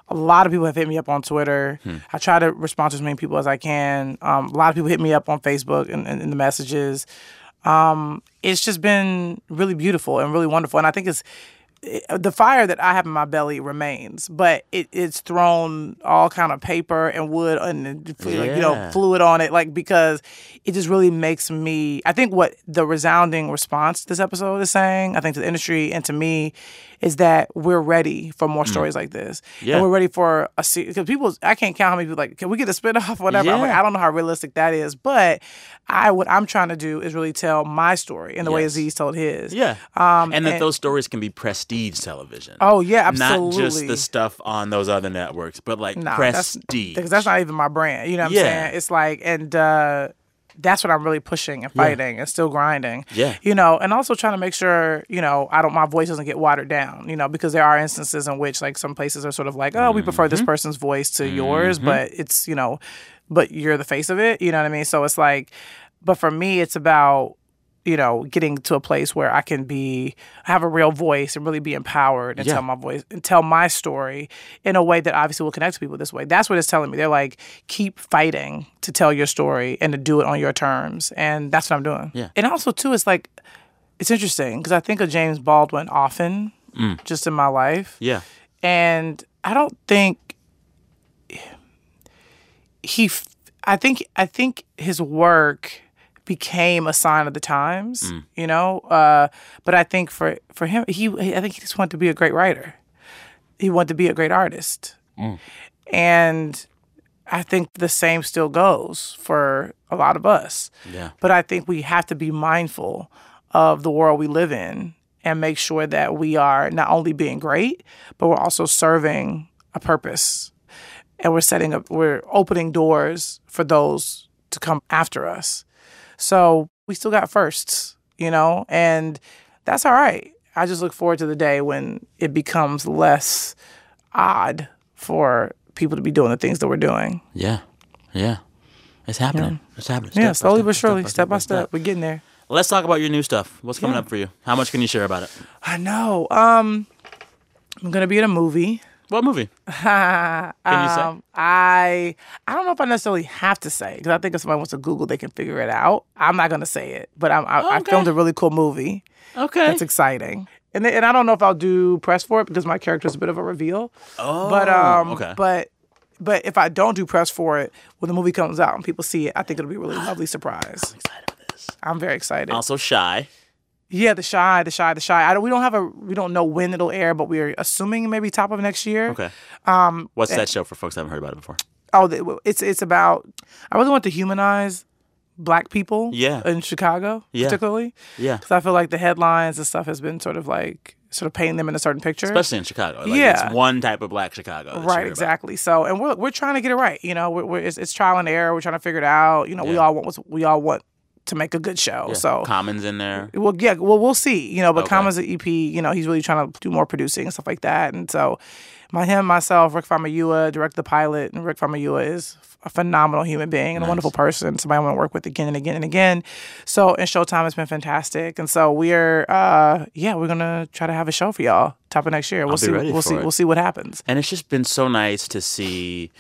B: A lot of people have hit me up on Twitter. I try to respond to as many people as I can. Um, a lot of people hit me up on Facebook and, and, and the messages. Um, it's just been really beautiful and really wonderful. And I think it's it- the fire that I have in my belly remains, but it, it's thrown all kind of paper and wood and like, you know
A: Yeah.
B: fluid on it, like because it just really makes me. I think what the resounding response this episode is saying, I think to the industry and to me, is that we're ready for more stories like this,
A: Mm. Yeah.
B: and we're ready for a series. Because people, I can't count how many people like, can we get a spinoff? [LAUGHS] Whatever. I'm like,
A: Yeah.
B: I don't know how realistic that is, but I what I'm trying to do is really tell my story in the way
A: Yes.
B: Aziz told his.
A: Yeah.
B: Um,
A: and that
B: and-
A: those stories can be prestige television.
B: Oh yeah, absolutely.
A: Not just the stuff on those other networks, but like
B: Nah, that's-
A: prestige.
B: because that's not even my brand. You know what I'm
A: Yeah.
B: saying? It's like, and uh, that's what I'm really pushing and fighting and still grinding.
A: Yeah.
B: You know, and also trying to make sure you know I don't my voice doesn't get watered down. You know, because there are instances in which like some places are sort of like, oh, we prefer
A: Mm-hmm.
B: this person's voice to yours, but it's you know, but you're the face of it. You know what I mean? So it's like, but for me, it's about you know, getting to a place where I can be have a real voice and really be empowered and
A: Yeah.
B: tell my voice and tell my story in a way that obviously will connect to people this way. That's what it's telling me. They're like, keep fighting to tell your story and to do it on your terms. And that's what I'm doing.
A: Yeah.
B: And also too, it's like it's interesting because I think of James Baldwin often
A: Mm.
B: just in my life.
A: yeah.
B: And I don't think he f- I think I think his work became a sign of the times, you know. Uh, but I think for for him, he I think he just wanted to be a great writer. He wanted to be a great artist, and I think the same still goes for a lot of us.
A: Yeah.
B: But I think we have to be mindful of the world we live in and make sure that we are not only being great, but we're also serving a purpose and we're setting up we're opening doors for those to come after us so we still got firsts you know and that's all right i just look forward to the day when it becomes less odd for people to be doing the things that we're doing.
A: Yeah. Yeah. It's happening. It's happening. Step by
B: yeah, slowly
A: step by
B: but surely, step, by step,
A: step.
B: we're getting there.
A: Let's talk about your new stuff. What's coming up for you? How much can you share about it?
B: I know. Um, I'm gonna be in a movie.
A: What
B: [LAUGHS]
A: movie? Can you say?
B: Um, I I don't know if I necessarily have to say because I think if somebody wants to Google, they can figure it out. I'm not gonna say it, but I'm, I, I
A: Okay.
B: filmed a really cool movie.
A: Okay.
B: That's exciting. And then- and I don't know if I'll do press for it because my character is a bit of a reveal. Oh, but um,
A: okay.
B: but but if I don't do press for it when the movie comes out and people see it, I think it'll be a really [GASPS] lovely surprise. I'm excited for this. I'm very excited.
A: also shy.
B: Yeah, the shy, the shy, the shy. I don't, we don't have a we don't know when it'll air, but we're assuming maybe top of next year.
A: Okay. Um, What's
B: eh.
A: that show for folks that haven't heard about it before?
B: Oh, the- it's it's about. I really want to humanize black people.
A: Yeah.
B: In Chicago,
A: Yeah.
B: particularly,
A: Yeah.
B: because I feel like the headlines and stuff has been sort of like sort of painting them in a certain picture.
A: Especially in Chicago. Like,
B: Yeah.
A: It's one type of black Chicago. that you hear
B: Right,
A: about.
B: exactly. So, and we're we're trying to get it right. You know, we're, we're it's, it's trial and error. We're trying to figure it out. You know, we
A: Yeah.
B: all want what's, we all want to make a good show.
A: Yeah.
B: So,
A: Commons in there.
B: Well, yeah, well, we'll see. You know, but
A: Okay.
B: Common's an EP. You know, he's really trying to do more producing and stuff like that. And so, my him, myself, Rick Famuyiwa directed the pilot, and Rick Famuyiwa is a phenomenal human being and a wonderful person. Somebody I want to work with again and again and again. So, and Showtime has been fantastic. And so we're, uh yeah, we're gonna try to have a show for y'all top of next year. We'll
A: be
B: see.
A: ready
B: we'll
A: for
B: see.
A: it.
B: We'll see what happens.
A: And it's just been so nice to see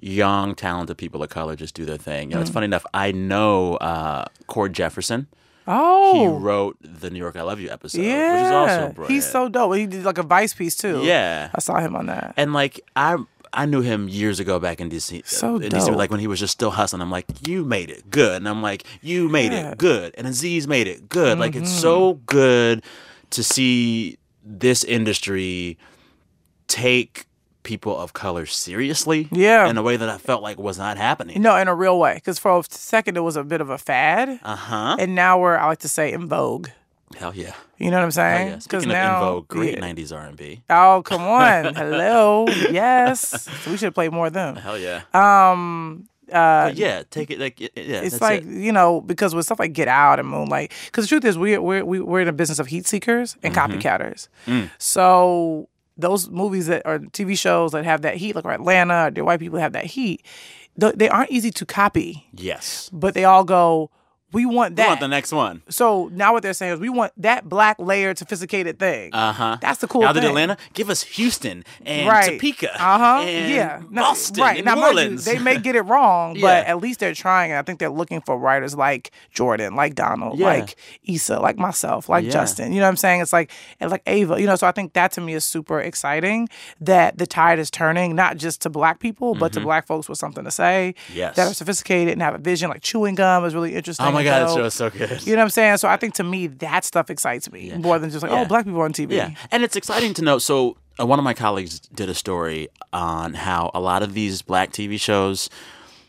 A: young, talented people of color just do their thing. You
B: Mm-hmm.
A: know, it's funny enough. I know uh, Cord Jefferson. He
B: Oh,
A: wrote the New York I Love You episode,
B: yeah,
A: which is also brilliant.
B: he's so dope. He did like a Vice piece too.
A: yeah.
B: I saw him on that.
A: And like I I knew him years ago back in DC.
B: So
A: in DC,
B: dope.
A: like when he was just still hustling. I'm like, you made it good, and I'm like, you made
B: Yeah. Mm-hmm.
A: it good, and Aziz made it good. Like it's so good to see this industry take people of color seriously.
B: Yeah.
A: in a way that I felt like was not happening.
B: No, in a real way. Because for a second, it was a bit of a fad.
A: Uh huh.
B: and now we're I like to say in vogue.
A: Hell yeah.
B: You know what I'm
A: Hell
B: saying?
A: Oh, yeah. Speaking
B: now,
A: of in vogue, great
B: yeah.
A: 90s R&B.
B: Oh
A: [LAUGHS]
B: come on, hello, yes. So we should play more of them.
A: Hell yeah.
B: Um, uh,
A: But yeah, take it like y- y- yeah.
B: it's
A: that's
B: like
A: it.
B: you know because with stuff like Get Out and Moonlight, because the truth is we're we're we- we're in a business of heat seekers and
A: Mm-hmm.
B: copycatters.
A: Mm.
B: So those movies that are TV shows that have that heat, like Atlanta, or the white people that have that heat. th- They aren't easy to copy,
A: yes.
B: but they all go. We want
A: We
B: that.
A: want the next one.
B: So now what they're saying is we want that black layered sophisticated thing.
A: Uh huh.
B: That's the cool
A: Now
B: thing.
A: that Atlanta, give us Houston and Topeka.
B: Uh-huh.
A: And
B: yeah. No,
A: Boston.
B: Right.
A: And
B: now,
A: New
B: mind you,
A: Orleans.
B: they may get it wrong,
A: Yeah.
B: but at least they're trying. And I think they're looking for writers like Jordan, like Donald,
A: Yeah.
B: like Issa, like myself, like
A: Yeah.
B: Justin. You know what I'm saying? It's like and like Ava. You know, so I think that to me is super exciting that the tide is turning, not just to black people, but to black folks with something to say.
A: Mm-hmm. Yes.
B: That are sophisticated and have a vision. Like chewing gum is really interesting.
A: [LAUGHS] oh my God, that
B: though.
A: show is so good.
B: You know what I'm saying? So I think to me that stuff excites me more than just like,
A: Yeah.
B: oh, black people on TV.
A: Yeah. And it's exciting to know. So, uh, one of my colleagues did a story on how a lot of these black TV shows,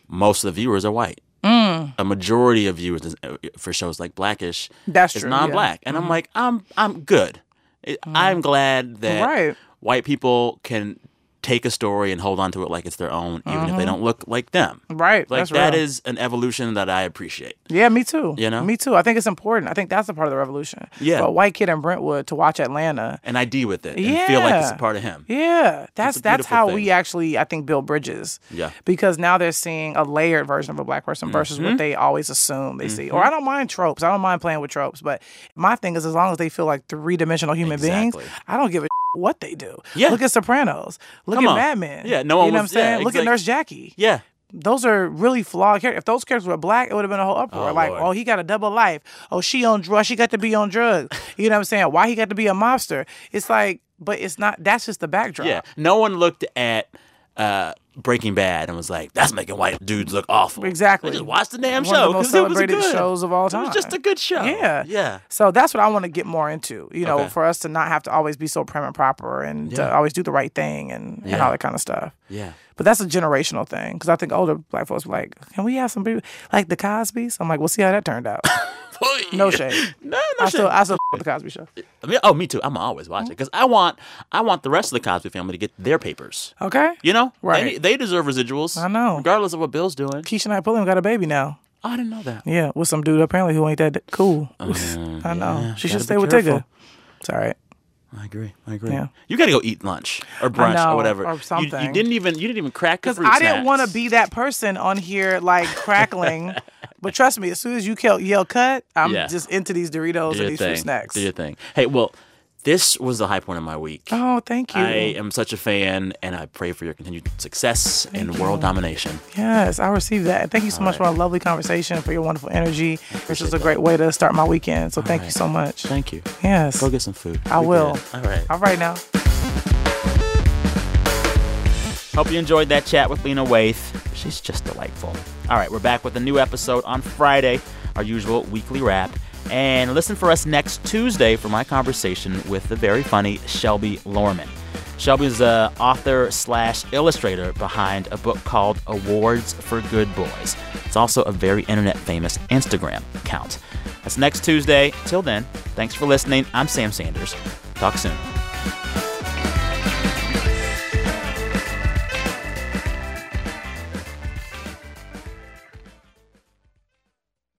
A: most of the viewers are white.
B: Mm.
A: A majority of viewers is- uh, for shows like Blackish
B: That's
A: is
B: true, yeah. Mm-hmm.
A: non-black, and I'm like, I'm I'm good. It- I'm glad that
B: Right.
A: white people can take a story and hold on to it like it's their own, even
B: Mm-hmm.
A: if they don't look like them.
B: Right.
A: Like
B: that's
A: that
B: real.
A: is an evolution that I appreciate.
B: Yeah, me too.
A: You know?
B: me too. I think it's important. I think that's a part of the revolution.
A: Yeah.
B: For a white kid in Brentwood to watch Atlanta.
A: And I deal with it and feel like it's a
B: Yeah.
A: part of him.
B: Yeah, that's
A: a
B: that's
A: beautiful
B: how
A: thing.
B: we actually I think build bridges.
A: Yeah.
B: because now they're seeing a layered version of a black person versus
A: Mm-hmm.
B: what they always assume they see. Or I don't mind tropes. I don't mind playing with tropes. But my thing is, as long as they feel like three dimensional human
A: Exactly.
B: beings, I don't give a [LAUGHS] what they do.
A: Yeah.
B: look at Sopranos. Look
A: Come
B: at
A: on.
B: Mad Men.
A: Yeah, no one
B: You know what I'm
A: was-
B: saying?
A: yeah,
B: Look at
A: exact-
B: Nurse Jackie.
A: Yeah.
B: those are really flawed characters. If those characters were black, it would have been a whole uproar.
A: Oh,
B: like,
A: Lord.
B: oh, he got a double life. Oh, she on drugs. She got to be on
A: [LAUGHS]
B: drugs. You know what I'm saying? Why he got to be a mobster? It's like, but it's not. That's just the backdrop.
A: Yeah. No one looked at uh, Breaking Bad and was like, "That's making white dudes look awful."
B: Exactly.
A: They just watched the damn
B: One
A: show.
B: of the most
A: 'cause it was
B: celebrated
A: good.
B: shows of all
A: It
B: time.
A: was just a good show.
B: Yeah.
A: Yeah.
B: So that's what I want to get more into. You know,
A: Okay.
B: for us to not have to always be so prim and proper and to always do the right thing and, and all that kind of stuff.
A: Yeah.
B: But that's a generational thing because I think older black folks were like, can we have some people like the Cosby's? I'm like, we'll see how that turned out. No shade.
A: [LAUGHS] No, no
B: I still,
A: shit.
B: I still with the Cosby Show.
A: I mean, oh, me too. I'm always watching because I want, I want the rest of the Cosby family to get their papers.
B: Okay.
A: You know, They,
B: Right.
A: they deserve residuals.
B: I know.
A: regardless of what Bill's doing.
B: Keisha Knight Pulliam got a baby now.
A: Oh, I didn't know that.
B: Yeah, with
A: Oh,
B: [LAUGHS] some dude apparently who ain't that d- cool. I know. she should stay with Tigger. It's all right.
A: I agree. I agree.
B: Yeah.
A: You got to go eat lunch or brunch
B: know,
A: or whatever.
B: or
A: You- You,
B: something.
A: didn't even you didn't even crack
B: Because
A: because
B: I didn't want to be that person on here
A: [LAUGHS]
B: like crackling. but trust me, as soon as you yell, yell cut, I'm
A: Yeah.
B: just into these Doritos
A: Do
B: and
A: your
B: these
A: thing.
B: fruit snacks.
A: Do your thing. Hey, well, this was the high point of my week.
B: Oh, thank you.
A: I am such a fan, and I pray for your continued success and world domination.
B: Yes, I received that. And Thank you so much for a lovely conversation, for your wonderful energy. This is a great way to start my weekend. So thank you so much.
A: Thank you.
B: Yes.
A: Go get some food.
B: I
A: We're
B: will.
A: good. All right.
B: All right now.
A: Hope you enjoyed that chat with Lena Waith. She's just delightful. All right, we're back with a new episode on Friday, our usual weekly wrap. And listen for us next Tuesday for my conversation with the very funny Shelby Lorman. Shelby is the author slash illustrator behind a book called Awards for Good Boys. It's also a very internet famous Instagram account. That's next Tuesday. Till then, thanks for listening. I'm Sam Sanders. Talk soon.